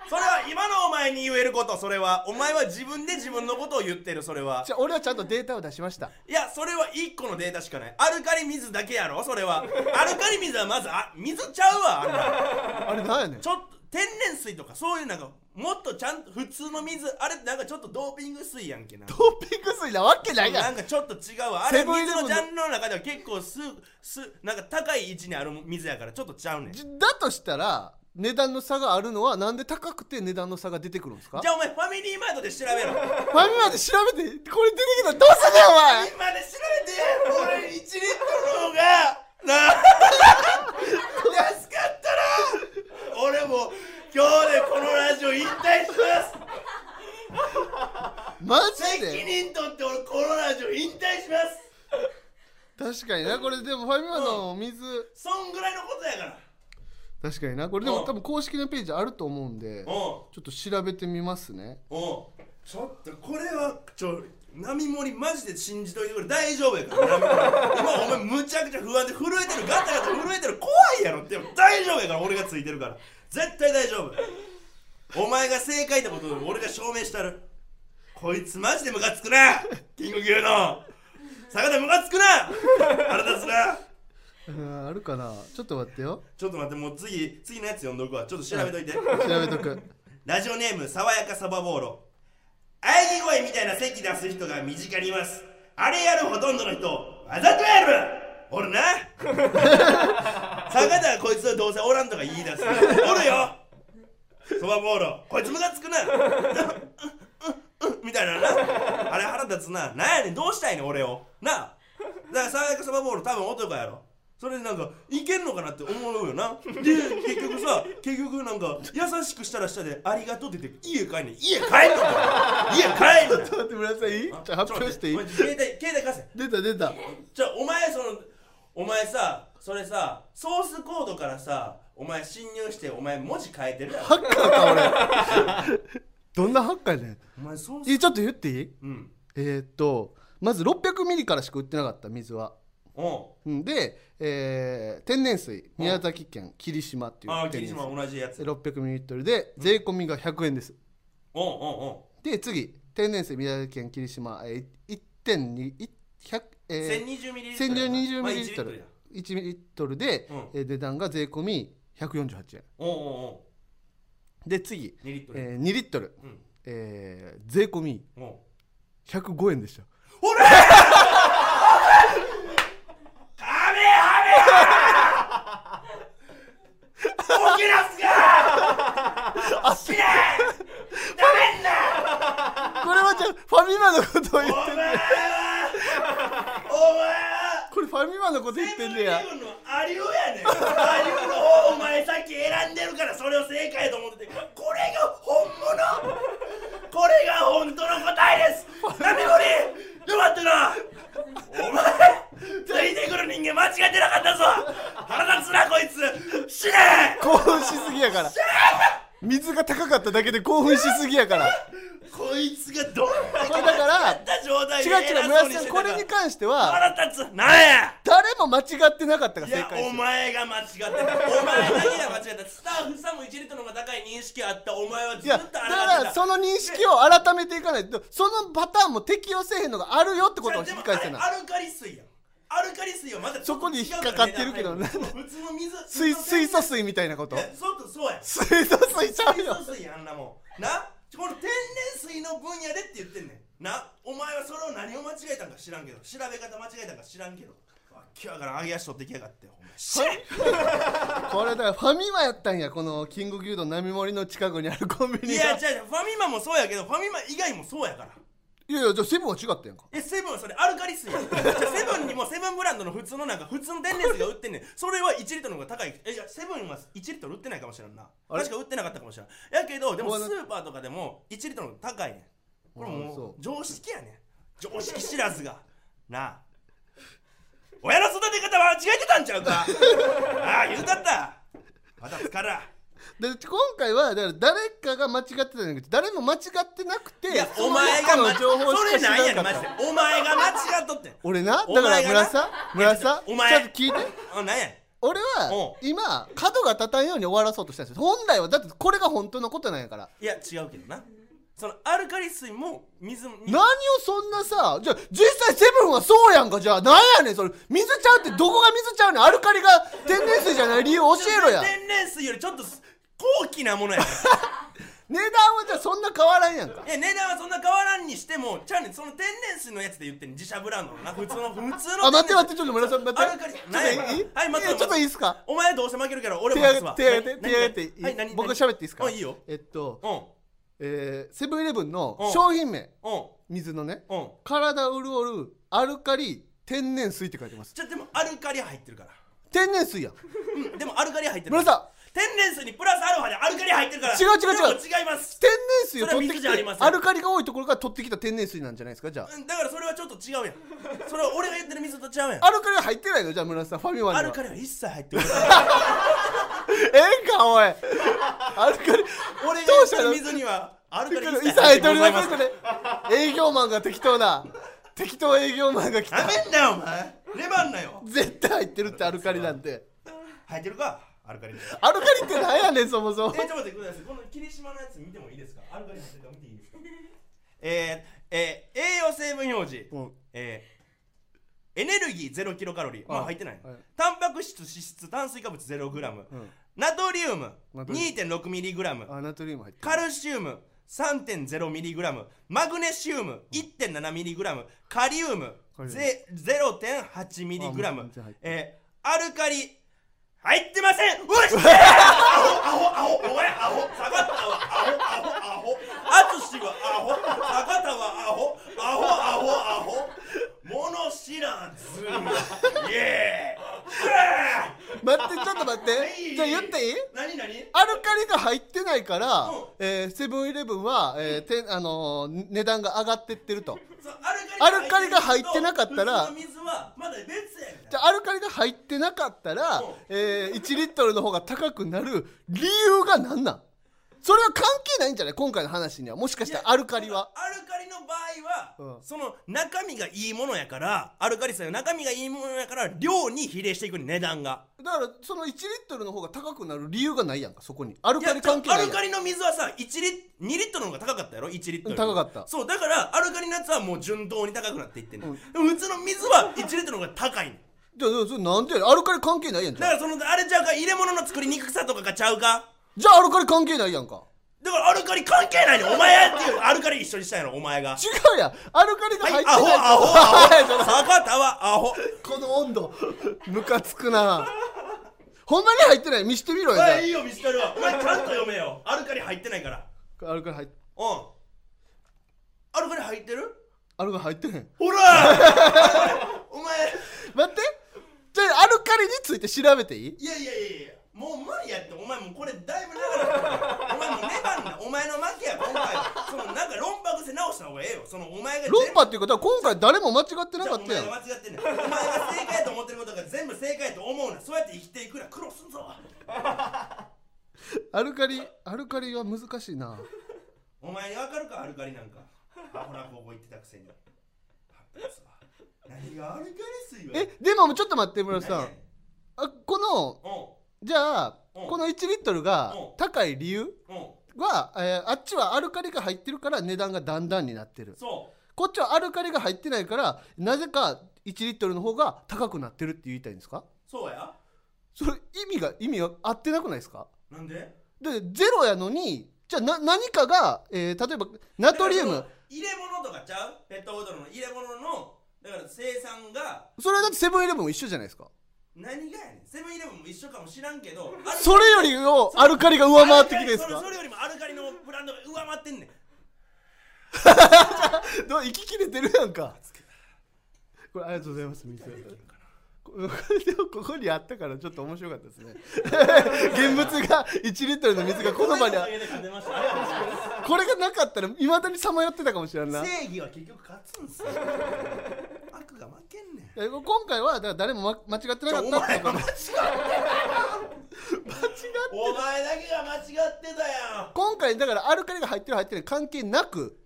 Speaker 2: それは今のお前に言えることそれはお前は自分で自分のことを言ってるそれは
Speaker 1: じゃあ俺はちゃんとデータを出しました
Speaker 2: いやそれは1個のデータしかないアルカリ水だけやろそれはアルカリ水はまずあ水ちゃうわあんな
Speaker 1: あれなんやねん
Speaker 2: ちょっと天然水とかそういうなんかもっとちゃんと普通の水あれってなんかちょっとドーピング水やんけな
Speaker 1: ドーピング水なわけない
Speaker 2: な
Speaker 1: やん
Speaker 2: んかちょっと違うわあれ
Speaker 1: セブンイ
Speaker 2: 水
Speaker 1: レブン
Speaker 2: の
Speaker 1: の
Speaker 2: ジャンルの中では結構すすなんか高い位置にある水やからちょっとちゃうねんじ
Speaker 1: じだとしたら値段の差があるのはなんで高くて値段の差が出てくるんですか
Speaker 2: ゃあお前ファミリーマートで 調べろフ
Speaker 1: ファミマで調べてこれ出てきたらどうすんねんお前
Speaker 2: ァミマで調べて俺1リットルの方がなあ安かったな俺もう今日でこのラジオ引退します
Speaker 1: マジ
Speaker 2: 責
Speaker 1: で
Speaker 2: 任取って俺このラジオ引退します
Speaker 1: 確かになこれでもファミマのお水、
Speaker 2: そんぐらいのことやから
Speaker 1: 確かになこれでも
Speaker 2: うん
Speaker 1: 多分公式のページあると思うんでちょ
Speaker 2: お
Speaker 1: っと調べてみますね
Speaker 2: うおうちょっとこれはちょ波盛りマジで信じといてくれ大丈夫やから波盛り今お前むちゃくちゃ不安で震えてるガタガタ震えてる怖いやろって大丈夫やから俺がついてるから絶対大丈夫お前が正解ってことを俺が証明したるこいつマジでムカつくなキング牛の坂田ムカつくな腹立つな
Speaker 1: うんあるかなちょっと待ってよ
Speaker 2: ちょっと待ってもう次次のやつ読んどくわちょっと調べといて
Speaker 1: 調べとく
Speaker 2: ラジオネーム爽やかサバボーロ喘ぎ声みたいな咳出す人が身近にいますあれやるほとんどの人わざとやるおるな坂田はこいつはどうせおらんとか言い出すおるよそばボーロこいつムカつくなうんうんうんみたいななあれ腹立つななんやねんどうしたいねん俺をなあだから爽やかそばボーロ多分男やろそれでなんかいけんのかなって思うよなで結局さ結局なんか優しくしたらしたで「ありがとう」って言って家帰んねん家帰んのか家帰んの
Speaker 1: ちょっと待って村田さんいいじゃあ発表していい
Speaker 2: ちょっと待ってお前携帯携帯貸せ
Speaker 1: 出た出た
Speaker 2: じゃあお前そのお前さそれさソースコードからさお前侵入してお前文字変えてるやろ
Speaker 1: ハッカーか俺 どんなハッカーやねん
Speaker 2: お前ソース
Speaker 1: えちょっと言っていい
Speaker 2: うん
Speaker 1: えー、っとまず600ミリからしか売ってなかった水は
Speaker 2: お
Speaker 1: うんで、えー天然水宮崎県霧島って
Speaker 2: う
Speaker 1: い
Speaker 2: ああ
Speaker 1: う
Speaker 2: 霧
Speaker 1: 天然
Speaker 2: 島
Speaker 1: 水
Speaker 2: 同じやつ
Speaker 1: で600ミリリットルで税込みが100円です
Speaker 2: おうお
Speaker 1: で次天然水宮崎県霧島、えー、1.210
Speaker 2: うおう
Speaker 1: え
Speaker 2: 1020ミリ
Speaker 1: ー、
Speaker 2: リットルやな
Speaker 1: 1020
Speaker 2: まあ
Speaker 1: ミ
Speaker 2: 1
Speaker 1: リ
Speaker 2: リ
Speaker 1: リ
Speaker 2: ッ
Speaker 1: ット
Speaker 2: ト
Speaker 1: ル1ミリリット
Speaker 2: ルや
Speaker 1: ルで、
Speaker 2: うん
Speaker 1: えー値段が税込み148円
Speaker 2: おうおうお
Speaker 1: で次、
Speaker 2: う2リットルや
Speaker 1: えー、2リットル、
Speaker 2: うん
Speaker 1: えー税込み
Speaker 2: おう
Speaker 1: 105円でした
Speaker 2: おれー カメハメハ 起きなすか起きないダメんな
Speaker 1: これはじゃあファミマのことを言
Speaker 2: お前はお前
Speaker 1: って
Speaker 2: は
Speaker 1: これファミマのこと言ってんねや
Speaker 2: セブンイレブンのアリューやねんアリューの方お前さっき選んでるからそれを正解と思っててこれが本物これが本当の答えですナミゴリよかったなお前ついてくる人間間違えてなかったぞ腹立つなこいつ死ね
Speaker 1: 興奮しすぎやから水が高かっただけで興奮しすぎやから
Speaker 2: こいつがどんだけ
Speaker 1: これだから
Speaker 2: やった状態
Speaker 1: 違
Speaker 2: で
Speaker 1: う違う
Speaker 2: 偉
Speaker 1: 村
Speaker 2: そう
Speaker 1: 瀬
Speaker 2: に
Speaker 1: さん
Speaker 2: してた
Speaker 1: こ
Speaker 2: か
Speaker 1: れ
Speaker 2: ら
Speaker 1: に関しては
Speaker 2: 腹立つなんや
Speaker 1: 誰も間違ってなかったが
Speaker 2: い
Speaker 1: 正
Speaker 2: や
Speaker 1: 解
Speaker 2: お
Speaker 1: です
Speaker 2: 前が間違ってたお前だけが間違ったスタッフさんも1リットルの方が高い認識あったお前はず
Speaker 1: い
Speaker 2: っと
Speaker 1: や
Speaker 2: あ
Speaker 1: だ
Speaker 2: た
Speaker 1: からその認識を改めていかないとそのパターンも適用せえへんのがあるよってことを引き返せない
Speaker 2: アルカリ水やんアルカリ水はまだ
Speaker 1: そこに引っかかってるけど
Speaker 2: 普
Speaker 1: な
Speaker 2: 通の水
Speaker 1: 水水素
Speaker 2: い
Speaker 1: 水みたいなこと
Speaker 2: やそうそうや
Speaker 1: 水素水ちゃう
Speaker 2: 水
Speaker 1: よ
Speaker 2: 素水やんなもんなこの天然水の分野でって言ってんねんなお前はそれを何を間違えたんか知らんけど調べ方間違えたんか知らんけどわっきわからん揚げ足取ってきやがってお前死ね
Speaker 1: これだからファミマやったんやこのキング牛丼並盛りの近くにあるコンビ
Speaker 2: い
Speaker 1: ニが
Speaker 2: や違う違うファミマもそうやけどファミマ以外もそうやから
Speaker 1: いやいやじゃあセブンは違ったやんか
Speaker 2: えセブンそれアルカリ水やんじゃあセブ ンにもセブンブランドの普通のなんか普通の天然水が売ってんねんそれは1リットルの方が高いえじゃあセブンは1リットル売ってないかもしれんな
Speaker 1: あれ
Speaker 2: 確か売ってなかったかもしれんやけどでも
Speaker 1: こ
Speaker 2: ス
Speaker 1: こは
Speaker 2: ーパーとかでも1リットルの方が高いねんこれ
Speaker 1: あ
Speaker 2: も
Speaker 1: そう
Speaker 2: 常識やねん常識知らずがなあ親の育て方は間違えてたんちゃ うかああ言うたったまた疲れら
Speaker 1: で今回はだから誰かが間違ってたんじゃなくて誰も間違ってなくて
Speaker 2: いや
Speaker 1: そ
Speaker 2: お
Speaker 1: の
Speaker 2: 前
Speaker 1: 中
Speaker 2: が
Speaker 1: の
Speaker 2: ま
Speaker 1: 情報
Speaker 2: そ
Speaker 1: し
Speaker 2: れ
Speaker 1: か知
Speaker 2: なんやね
Speaker 1: らな
Speaker 2: んマ
Speaker 1: か
Speaker 2: ジ
Speaker 1: っ
Speaker 2: で
Speaker 1: た
Speaker 2: お前が間違っとってん
Speaker 1: 俺な
Speaker 2: お
Speaker 1: だから
Speaker 2: 前がな
Speaker 1: 村さん村さん
Speaker 2: お
Speaker 1: ちょ
Speaker 2: 前
Speaker 1: っと聞いて
Speaker 2: あなんやねん
Speaker 1: 俺
Speaker 2: おう
Speaker 1: は今角が立たんように終わらそうとしたんですよ本来はだってこれが本当のことなんやから
Speaker 2: いや違うけどなそのアルカリ水も水に
Speaker 1: 何をそんなさじゃあ実際セブンはそうやんかじゃあなんやねんそれ水ちゃうってどこが水ちゃうねんアルカリが天然水じゃない理由教えろや
Speaker 2: 天然水よりちょっとす高貴なものやから
Speaker 1: 値段はじゃあそんな変わらんや んか
Speaker 2: いや値段はそんな変わらんにしてもちゃうねんその天然水のやつで言ってん自社ブランドのな普通 の普通の
Speaker 1: あ待って待ってちょっと村さん待
Speaker 2: あ
Speaker 1: って
Speaker 2: かり
Speaker 1: ちょっと
Speaker 2: ない
Speaker 1: いい
Speaker 2: はい待って
Speaker 1: いやちょっといい
Speaker 2: 待
Speaker 1: ですか
Speaker 2: お前どうせ負けるから俺
Speaker 1: 手
Speaker 2: も
Speaker 1: 挙
Speaker 2: 勝
Speaker 1: げ
Speaker 2: つ
Speaker 1: て
Speaker 2: わ
Speaker 1: 手挙げて手
Speaker 2: 何
Speaker 1: 挙げて
Speaker 2: 何
Speaker 1: い
Speaker 2: 何
Speaker 1: い僕が
Speaker 2: 何
Speaker 1: 喋っていいですか
Speaker 2: うんいいよ
Speaker 1: えっと
Speaker 2: うん
Speaker 1: えーセブンイレブンの
Speaker 2: うん
Speaker 1: 商品名
Speaker 2: うん
Speaker 1: 水のね
Speaker 2: うん
Speaker 1: 体潤るアルカリ天然水って書いてます
Speaker 2: じゃでもアルカリ入ってるから
Speaker 1: 天然水やん
Speaker 2: うんでもアルカリ入ってる
Speaker 1: 村さ
Speaker 2: 天然水にプラスアルファでアルカリ入ってるから
Speaker 1: 違う違う違う
Speaker 2: でも違います
Speaker 1: 天然水を取って
Speaker 2: それは水
Speaker 1: き
Speaker 2: じゃありま
Speaker 1: て
Speaker 2: せん
Speaker 1: アルカリが多いところから取ってきた天然水なんじゃないですかじゃ
Speaker 2: うんだからそれはちょっと違うやんそれは俺が言ってる水と違うやん
Speaker 1: あアルカリは入ってないのじゃあ村さんファミマには
Speaker 2: アルカリは一切入ってない
Speaker 1: ええんかおいアルカリ
Speaker 2: 俺
Speaker 1: 当社
Speaker 2: が
Speaker 1: の
Speaker 2: 言ってる水にはアルカリ
Speaker 1: 一
Speaker 2: 一
Speaker 1: 切
Speaker 2: 切
Speaker 1: 入
Speaker 2: 入
Speaker 1: っ
Speaker 2: ってて
Speaker 1: お
Speaker 2: お
Speaker 1: り
Speaker 2: り
Speaker 1: ませ
Speaker 2: ませ
Speaker 1: ん
Speaker 2: ん
Speaker 1: これ営業マンが適当な適当営業マンが来
Speaker 2: ダ
Speaker 1: た
Speaker 2: メんだよお前レバンなよ
Speaker 1: 絶対入ってるってアルカリなんて
Speaker 2: 入ってるかアルカリで
Speaker 1: アルカリってなんやねんそもそも
Speaker 2: えちょっと待ってくださいこの霧島のやつ見てもいいですかアルカリ入ってるか見ていいですかえー、えー、栄養成分表示、
Speaker 1: うん
Speaker 2: えーエネルギー0キロカロリー、ま
Speaker 1: は
Speaker 2: あ
Speaker 1: い
Speaker 2: 入ってない、
Speaker 1: はい
Speaker 2: タンパク質、脂質、炭水化物0グラム、
Speaker 1: ん
Speaker 2: ナトリウム
Speaker 1: ナトリウム
Speaker 2: 2.6ミリグラム、
Speaker 1: あナトリウム入ってる
Speaker 2: カルシウム3.0ミリグラム、マグネシウム1.7ミリグラム、カリウム
Speaker 1: カリウム
Speaker 2: ぜ0.8ミリグラ
Speaker 1: あもう
Speaker 2: ム
Speaker 1: 全然入っ、てる
Speaker 2: えーアルカリ入ってません。うわっしゃーアホアホアホお前アホ下がったわアホアホアホアツシはアホ下がったはアホアホアホアホ物知らずイエーイうわ
Speaker 1: 待ってちょっと待って
Speaker 2: ー
Speaker 1: じゃあ言っていい
Speaker 2: 何何
Speaker 1: アルカリが入ってないから
Speaker 2: うん、
Speaker 1: えーセブンイレブンは、えーてあのー値段が上がってってると
Speaker 2: そう
Speaker 1: アルカリが入ってなかったら
Speaker 2: 普通の水はまだ別やみたい
Speaker 1: じ
Speaker 2: な
Speaker 1: ゃあアルカリが入ってなかったら
Speaker 2: うん、
Speaker 1: えー1リットルの方が高くなる理由が何なんそれは関係ないんじゃない今回の話にはもしかしたらアルカリは
Speaker 2: アルカリの場合は、
Speaker 1: うん
Speaker 2: その中身がいいものやからアルカリ性の中身がいいものやから量に比例していくね値段が
Speaker 1: だからその1リットルの方が高くなる理由がないやんかそこにアル
Speaker 2: い
Speaker 1: カ
Speaker 2: や
Speaker 1: リ関係
Speaker 2: ア
Speaker 1: ない
Speaker 2: ル
Speaker 1: や
Speaker 2: カ
Speaker 1: ん
Speaker 2: リの水はさ1リ2リットルの方が高かったやろ1リットルより
Speaker 1: うん高かった
Speaker 2: そうだからアルカリのやつはもう順当に高くなっていってんね、
Speaker 1: うん
Speaker 2: ん、でも普通の水は1リットルの方が高いねん
Speaker 1: じゃあそれなんでアルカリ関係ないやんじ
Speaker 2: だ
Speaker 1: ゃ
Speaker 2: か
Speaker 1: あ
Speaker 2: らそのあれちゃうか入れ物の作りにくさとかがちゃうか
Speaker 1: じゃあアルカリ関係ないやんか
Speaker 2: だからアルカリ関係ないねんお前やっていうアルカリ一緒にしたやろお前が
Speaker 1: 違うやんアルカリが入って
Speaker 2: ア
Speaker 1: ない
Speaker 2: ホ
Speaker 1: と
Speaker 2: アホ
Speaker 1: はいちょ
Speaker 2: ア
Speaker 1: っ
Speaker 2: ホ坂田はアホ
Speaker 1: とこの温度ムカつくなほんまに入ってない見してみろよじ
Speaker 2: はいいいよ見せてるわお前ちゃんと読めよアルカリ入ってないから
Speaker 1: ゃあアルカリ入っ
Speaker 2: うんアルカリ入ってる
Speaker 1: アルカリ入ってへん
Speaker 2: ほらお前
Speaker 1: 待ってじゃあアルカリについて調べていい
Speaker 2: いやいやいやいやもう無理やってお前もうこれだいぶ長くなってるお前もう粘んなお前の負けや今回そのなんか論破癖直した方がええよそのお前が全部
Speaker 1: 論破っていうことは今回誰も間違ってな
Speaker 2: じゃ
Speaker 1: かっ
Speaker 2: あお
Speaker 1: たや
Speaker 2: 前
Speaker 1: ん
Speaker 2: が間違ってんねんお前が正解やと思ってることが全部正解やと思うなそうやって生きていくら苦労すんぞ
Speaker 1: アルカリアルカリは難しいな
Speaker 2: お前にわかるかアルカリなんかアホな高校行ってたくせに発発は何がアルカリ水は
Speaker 1: えでもちょっと待って村
Speaker 2: 何
Speaker 1: 瀬
Speaker 2: や
Speaker 1: さ
Speaker 2: ね
Speaker 1: んあこの
Speaker 2: う
Speaker 1: じゃあ
Speaker 2: うん
Speaker 1: この1リットルが
Speaker 2: うん
Speaker 1: 高い理由
Speaker 2: んうん
Speaker 1: は、えーあっちはアルカリが入ってるから値段がだんだんになってる
Speaker 2: そ
Speaker 1: こっちはアルカリが入ってないからなぜか1リットルの方が高くなってるって言いたいんですか
Speaker 2: うそうや
Speaker 1: それ意味が意味が合ってなくないですか
Speaker 2: なんで
Speaker 1: でゼロやのにじゃあな何かが、えー例えばナトリウ
Speaker 2: だ
Speaker 1: ム
Speaker 2: からその入れ物とかちゃうペットボトルの入れ物のだから生産が
Speaker 1: それはだってセブンイレブンも一緒じゃないですか
Speaker 2: 何がやねんセブンイレブンも一緒かもしらんけど
Speaker 1: それよりをアルカリが上回ってきてるんです
Speaker 2: アルカリ
Speaker 1: か
Speaker 2: それそれよりもアルカリのブランドが上回ってんねん
Speaker 1: どう息切れてるやんかこれありがとうございます水こでもここにあったからちょっと面白かったです ね現物が1リットルの水がこの場にあ
Speaker 2: ありがとうございましたありがとうございます
Speaker 1: これがなかったらいまだにさまよってたかもしれんない
Speaker 2: 正義は結局勝つんすよ悪が負けんねん
Speaker 1: や今回はだから誰もま間違ってなか
Speaker 2: お
Speaker 1: ったって
Speaker 2: 前
Speaker 1: こ
Speaker 2: が
Speaker 1: と
Speaker 2: 間違ってたお前だけが間違ってたやん
Speaker 1: 今回だからアルカリが入ってる入ってる関係なく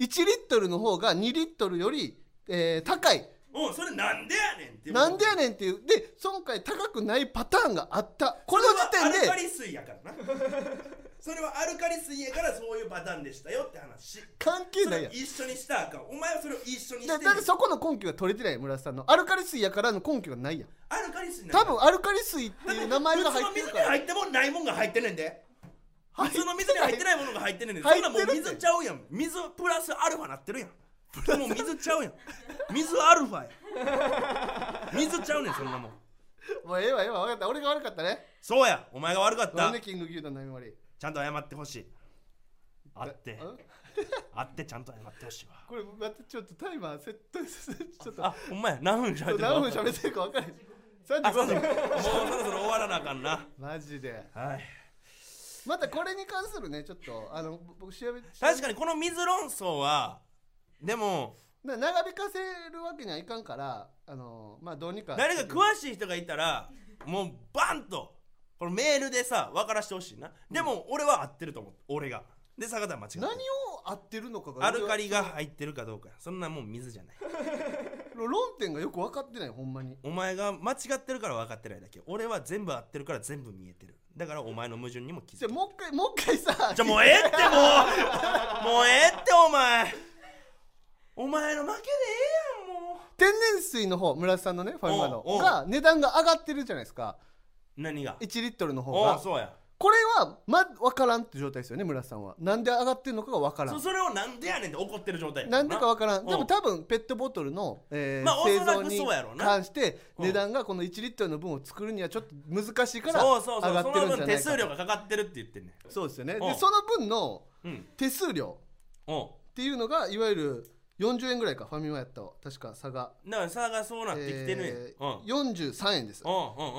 Speaker 1: 1リットルの方が2リットルより、えー高い
Speaker 2: うんそれなんでやねんっていう
Speaker 1: なんでやねんっていうで今回高くないパターンがあったこの時
Speaker 2: それはアルカ
Speaker 1: 点で
Speaker 2: リ水やからな それはアルカリ水やからそういうパターンでしたよって話
Speaker 1: 関係
Speaker 2: そ
Speaker 1: な
Speaker 2: れ
Speaker 1: い
Speaker 2: を
Speaker 1: やん
Speaker 2: 一緒にしたらあかんお前はそれを一緒にして
Speaker 1: だ
Speaker 2: ん
Speaker 1: だって
Speaker 2: ねん
Speaker 1: そこの根拠が取れてない村瀬さんのアルカリ水やからの根拠がないやん
Speaker 2: アルカリ水なん
Speaker 1: 多
Speaker 2: か
Speaker 1: 分アルカリ水っていう名前が入って
Speaker 2: 普
Speaker 1: る
Speaker 2: 通の
Speaker 1: か
Speaker 2: 水に
Speaker 1: ら
Speaker 2: 入ってもんないもんが入ってんねんで普通の水に入ってないものが入ってんねんでそ
Speaker 1: 入
Speaker 2: ん
Speaker 1: って
Speaker 2: な
Speaker 1: る
Speaker 2: もう水ちゃうやん水プラスアルファなってるやんもう水ちゃ うやん水アルファや水ちゃうねんそんなもん
Speaker 1: もうええわええわ分かった俺が悪かったね
Speaker 2: そうやお前が悪かっ
Speaker 1: な
Speaker 2: た
Speaker 1: んでキング牛丼の並盛り
Speaker 2: ちゃんと謝ってほしいあって
Speaker 1: うん
Speaker 2: あってちゃんと謝ってほしいわ
Speaker 1: これまたちょっとタイマーセットさせて ちょっと
Speaker 2: あほんまや何分喋ってる
Speaker 1: 何分
Speaker 2: る
Speaker 1: 喋ってるか分かる
Speaker 2: あそ
Speaker 1: 35
Speaker 2: うそうもう
Speaker 1: 分
Speaker 2: そろそろ終わらなあかんな
Speaker 1: マジで
Speaker 2: はい
Speaker 1: またこれに関するねちょっとあの僕調べ
Speaker 2: 確かにこの水論争はでも
Speaker 1: な長引かせるわけにはいかんからあのまあどうにか
Speaker 2: 誰か詳しい人がいたらもうバンとこのメールでさ分からしてほしいなでも俺は合ってると思う俺がで坂田は間違ってる
Speaker 1: 何を合ってるのかが
Speaker 2: アルカリが入ってるかどうかやそんなもん水じゃない
Speaker 1: 論点がよく分かってないほんまに
Speaker 2: お前が間違ってるから分かってないだけ俺は全部合ってるから全部見えてるだからお前の矛盾にも気
Speaker 1: じゃあ
Speaker 2: づく
Speaker 1: もう一回もう一回さ
Speaker 2: じゃあもうええってもうもうええってお前お前の負けでええやんも
Speaker 1: 天然水の方村瀬さんのねファミマの
Speaker 2: おうおう
Speaker 1: が値段が上がってるじゃないですか
Speaker 2: う何が
Speaker 1: 1リットルの方
Speaker 2: おう
Speaker 1: が
Speaker 2: そうや
Speaker 1: これはま分からんって状態ですよね村瀬さんはなんで上がってるのかが分から
Speaker 2: そ
Speaker 1: ん
Speaker 2: それをなんでやねんって怒ってる状態や
Speaker 1: なんでか分からん
Speaker 2: な
Speaker 1: で
Speaker 2: う
Speaker 1: も多分ペットボトルの、えー
Speaker 2: まあ
Speaker 1: 製
Speaker 2: おそら
Speaker 1: 造
Speaker 2: く
Speaker 1: に
Speaker 2: そうやろうな
Speaker 1: 関して
Speaker 2: うん
Speaker 1: 値段がこの1リットルの分を作るにはちょっと難しいから
Speaker 2: そう
Speaker 1: 上
Speaker 2: そうそう
Speaker 1: がってるんじ
Speaker 2: その分
Speaker 1: ゃない
Speaker 2: 手
Speaker 1: か
Speaker 2: 数料がかかってるって言ってんね
Speaker 1: そうですよね
Speaker 2: う
Speaker 1: で
Speaker 2: ん
Speaker 1: その分の
Speaker 2: んうん
Speaker 1: 手数料
Speaker 2: お
Speaker 1: っていうのがいわゆる40円ぐらいかファミマやったわ確か差が、
Speaker 2: うだから差がそうなってきてるねん、
Speaker 1: えー
Speaker 2: うんうん
Speaker 1: 43円です
Speaker 2: うんう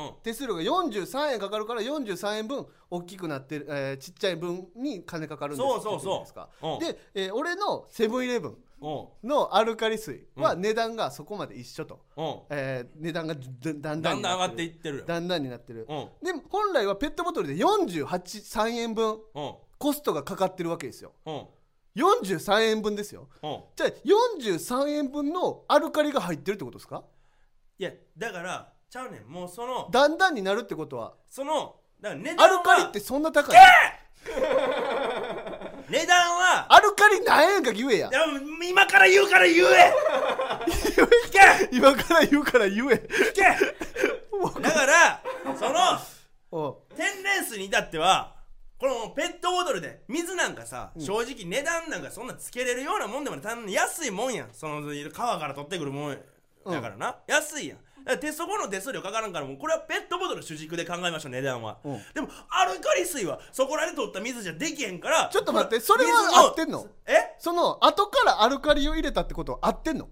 Speaker 2: ん
Speaker 1: 手数料が43円かかるから43円分大きくなってる、えーちっちゃい分に金かかるんです
Speaker 2: そうそうそう
Speaker 1: って
Speaker 2: う
Speaker 1: こと
Speaker 2: ん
Speaker 1: じゃないですかで、えー俺のセブンイレブン
Speaker 2: おう
Speaker 1: のアルカリ水は
Speaker 2: う
Speaker 1: 値段がそこまで一緒と、
Speaker 2: お
Speaker 1: えー値段がずだんだん
Speaker 2: うだんだん上が
Speaker 1: にな
Speaker 2: っていってるよ
Speaker 1: だんだんになってる
Speaker 2: おう
Speaker 1: でも本来はペットボトルで483円分
Speaker 2: おう
Speaker 1: コストがかかってるわけですよ
Speaker 2: おう
Speaker 1: 43円分ですよ
Speaker 2: おう
Speaker 1: じゃあ43円分のアルカリが入ってるってことですか
Speaker 2: いやだからちゃうねんもうその
Speaker 1: だんだんになるってことは
Speaker 2: そのだから値
Speaker 1: ア
Speaker 2: 段は
Speaker 1: ルカリってそんな高い
Speaker 2: 値段は
Speaker 1: アルカリ何円か言えや
Speaker 2: いや今から言うから言え聞け
Speaker 1: 今から言うから言え
Speaker 2: 聞けだからその
Speaker 1: おう
Speaker 2: 天然水に至ってはこのペットボトルで水なんかさ、正直値段なんかそんなつけれるようなもんでもない単に安いもんやんその川から取ってくるもんや
Speaker 1: うん
Speaker 2: だからな、安いやんだから手そこの手数料かからんからもうこれはペットボトル主軸で考えましょう値段は、
Speaker 1: うん
Speaker 2: でもアルカリ水はそこらで取った水じゃできへんから
Speaker 1: ちょっと待ってそれは
Speaker 2: 水の
Speaker 1: 合ってんの
Speaker 2: え
Speaker 1: その後からアルカリを入れたってことは合ってんの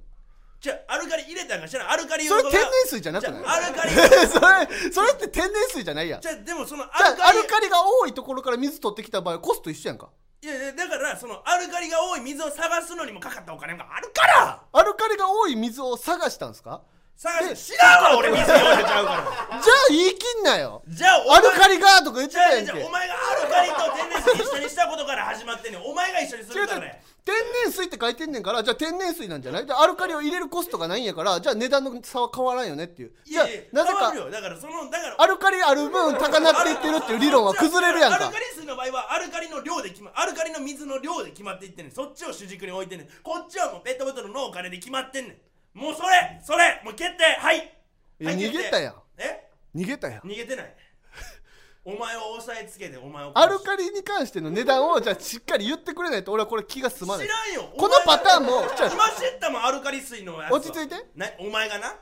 Speaker 2: じゃあアルカリ入れたんか知らんアルカリ
Speaker 1: それ
Speaker 2: 用
Speaker 1: 天
Speaker 2: の
Speaker 1: 然水じゃなく
Speaker 2: じ
Speaker 1: な
Speaker 2: ゃ
Speaker 1: い
Speaker 2: あアルカリ
Speaker 1: それそれって天然水じゃないやん
Speaker 2: じゃあでもそのア
Speaker 1: じゃ
Speaker 2: ル
Speaker 1: あア
Speaker 2: カリ
Speaker 1: ルカリが多いところから水取ってきた場合コスト一緒やんか
Speaker 2: いやいやだからそのアルカリが多い水を探すのにもかかったお金があるから
Speaker 1: アルカリが多い水を探したんですか
Speaker 2: 探
Speaker 1: え
Speaker 2: し知らんわ俺水用意ちゃうから
Speaker 1: じゃあ言い切んなよ
Speaker 2: じゃあお
Speaker 1: ア
Speaker 2: 前
Speaker 1: ルカリがとか言って
Speaker 2: じゃあ
Speaker 1: たやん
Speaker 2: じ
Speaker 1: け
Speaker 2: ゃあお前がアルカリと天然水一緒にしたことから始まってんねんお前が一緒にす
Speaker 1: 違う違
Speaker 2: る
Speaker 1: う
Speaker 2: からね
Speaker 1: 天然水って書いてんねんからじゃあ天然水なんじゃないでアルカリを入れるコストがないんやからじゃあ値段の差は変わらんよねっていう
Speaker 2: い
Speaker 1: じゃ
Speaker 2: や
Speaker 1: あ
Speaker 2: いや
Speaker 1: なぜ
Speaker 2: 変わる
Speaker 1: か
Speaker 2: よだからそのだから
Speaker 1: アルカリある分高なっていってるっていう理論は崩れるやん
Speaker 2: アル
Speaker 1: か
Speaker 2: カリ水の場合はアルカリの量で決まアルカリの水の量で決まっていってんねんそっちを主軸に置いてんねんこっちはもうペットボトルのお金で決まってんねんもうそれそれもう決定はい
Speaker 1: いや
Speaker 2: は
Speaker 1: 逃
Speaker 2: い決定
Speaker 1: げたやん
Speaker 2: え
Speaker 1: 逃げたやん
Speaker 2: 逃げてないお前を押さえつけてお前を
Speaker 1: アルカリに関しての値段をじゃあしっかり言ってくれないと俺はこれ気が済まない
Speaker 2: 知らんよ
Speaker 1: このパターンもちょ
Speaker 2: 今知ったもんアルカリ水のやつは
Speaker 1: 落ち着いて
Speaker 2: なお 前がな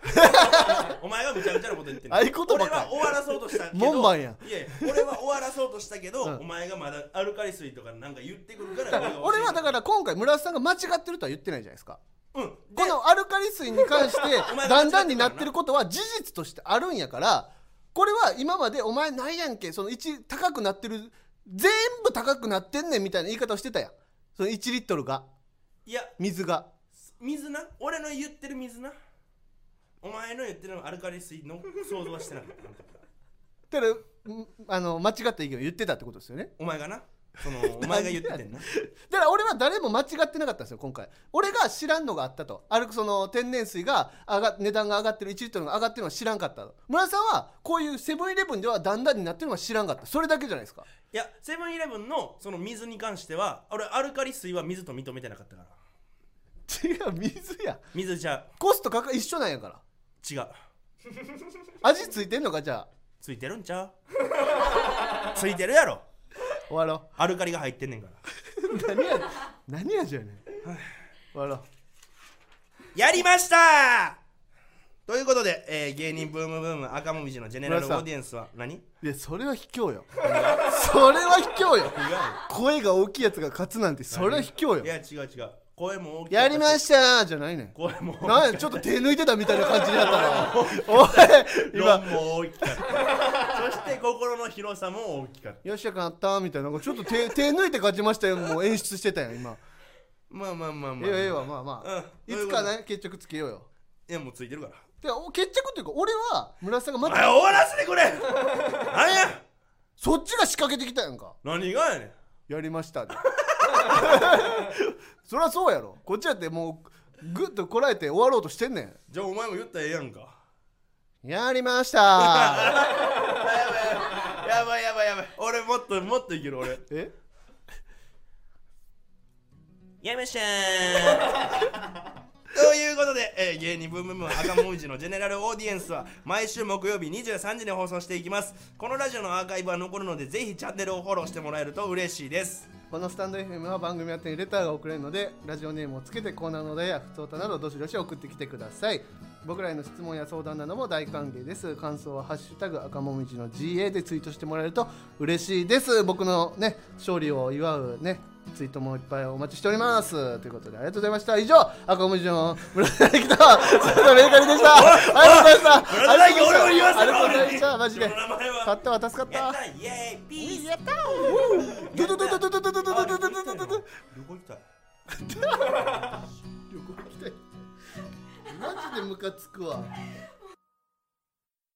Speaker 2: お前がむちゃむちゃなこと言ってる
Speaker 1: 合言葉か
Speaker 2: 俺は終わらそうとしたけど
Speaker 1: 門番やん
Speaker 2: いやいや俺は終わらそうとしたけど、
Speaker 1: うん
Speaker 2: お前がまだアルカリ水とかなんか言ってくるから
Speaker 1: だから俺はだからら今回村瀬さんが間違ってるとは言ってないじゃないですか
Speaker 2: うんで
Speaker 1: このアルカリ水に関して
Speaker 2: お前が間違ってるからな
Speaker 1: だんだんになってることは事実としてあるんやからこれは今までお前なんやんけその1高くなってる全部高くなってんねんみたいな言い方をしてたやんその1リットルが
Speaker 2: いや
Speaker 1: 水が
Speaker 2: 水な俺の言ってる水なお前の言ってるアルカリ水の想像はしてなかった
Speaker 1: だからんあの間違った意見を言ってたってことですよね
Speaker 2: お前がなそのお前が言っててんな
Speaker 1: だから俺は誰も間違ってなかったんですよ今回俺が知らんのがあったとあるその天然水が上が値段が上がってる1リットルが上がってるのは知らんかったと村さんはこういうセブンイレブンではだんだんになってるのは知らんかったそれだけじゃないですか
Speaker 2: いやセブンイレブンのその水に関しては俺アルカリ水は水と認めてなかったから
Speaker 1: 違う水や
Speaker 2: 水じゃ
Speaker 1: コストかか一緒なんやから
Speaker 2: 違う
Speaker 1: 味ついてんのかじゃあ
Speaker 2: ついてるんちゃうついてるやろ
Speaker 1: 終わろ
Speaker 2: アルカリが入ってんねんから
Speaker 1: う何や何やじゃね終わろう
Speaker 2: やりましたということで、えー芸人ブームブーム赤もみじのジェネラルオ
Speaker 1: 村さん
Speaker 2: ーディエンスは何
Speaker 1: いやそれは卑怯よそれは卑怯よ声が大きいやつが勝つなんてそれは卑怯
Speaker 2: い
Speaker 1: よ
Speaker 2: や違う違う声も大き
Speaker 1: やりま
Speaker 2: た
Speaker 1: したーじゃないね
Speaker 2: 声も
Speaker 1: んなんやちょっと手抜いてたみたいな感じになったな おい
Speaker 2: 今
Speaker 1: 今
Speaker 2: も大きかったそして心の広さも大きかった
Speaker 1: よっしゃ勝ったーみたいなちょっと手 手抜いて勝ちましたよもう演出してたやん今
Speaker 2: まあまあまあまあ
Speaker 1: ええわええわまあまあ
Speaker 2: う
Speaker 1: い
Speaker 2: ん
Speaker 1: つかね決着つけようよ
Speaker 2: いやもうついてるから
Speaker 1: でお決着っていうか俺は村瀬さんがま
Speaker 2: おい
Speaker 1: た
Speaker 2: 終わらせてくれ何や
Speaker 1: そっちが仕掛けてきたやんか
Speaker 2: 何がやねん
Speaker 1: やりましたで そりゃそうやろこっちだってもうグッとこらえて終わろうとしてんねん
Speaker 2: じゃあお前も言ったらええやんか
Speaker 1: やりましたー
Speaker 2: やばいやばいやばい俺もっともっといける俺
Speaker 1: え
Speaker 2: やめましゃー ということで、えー芸人ブームブーム赤もみじのジェネラルオーディエンスは毎週木曜日23時に放送していきますこのラジオのアーカイブは残るのでぜひチャンネルをフォローしてもらえると嬉しいです
Speaker 1: このスタンド FM は番組宛てにレターが送れるのでラジオネームをつけてコーナーのお題や普通歌などどしどし送ってきてください僕らへの質問や相談なども大歓迎です感想は「ハッシュタグ赤もみじの GA」でツイートしてもらえると嬉しいです僕のね勝利を祝うねツイートもいっぱいお待ちしておりますということでありがとうございました以上赤もみじの村田大樹と佐藤玲香里でしたありがとうございました
Speaker 2: 村田大樹俺も言わせろ
Speaker 1: ありがとうございましたマジで
Speaker 2: 俺の名前は
Speaker 1: 勝ったは助かった
Speaker 2: やったイエーイピース
Speaker 1: やったードゥドゥドゥドゥドゥドゥドゥドゥドゥドゥドゥドゥドゥ
Speaker 2: 旅行行きたい
Speaker 1: 旅行行きたいマジでムカつくわ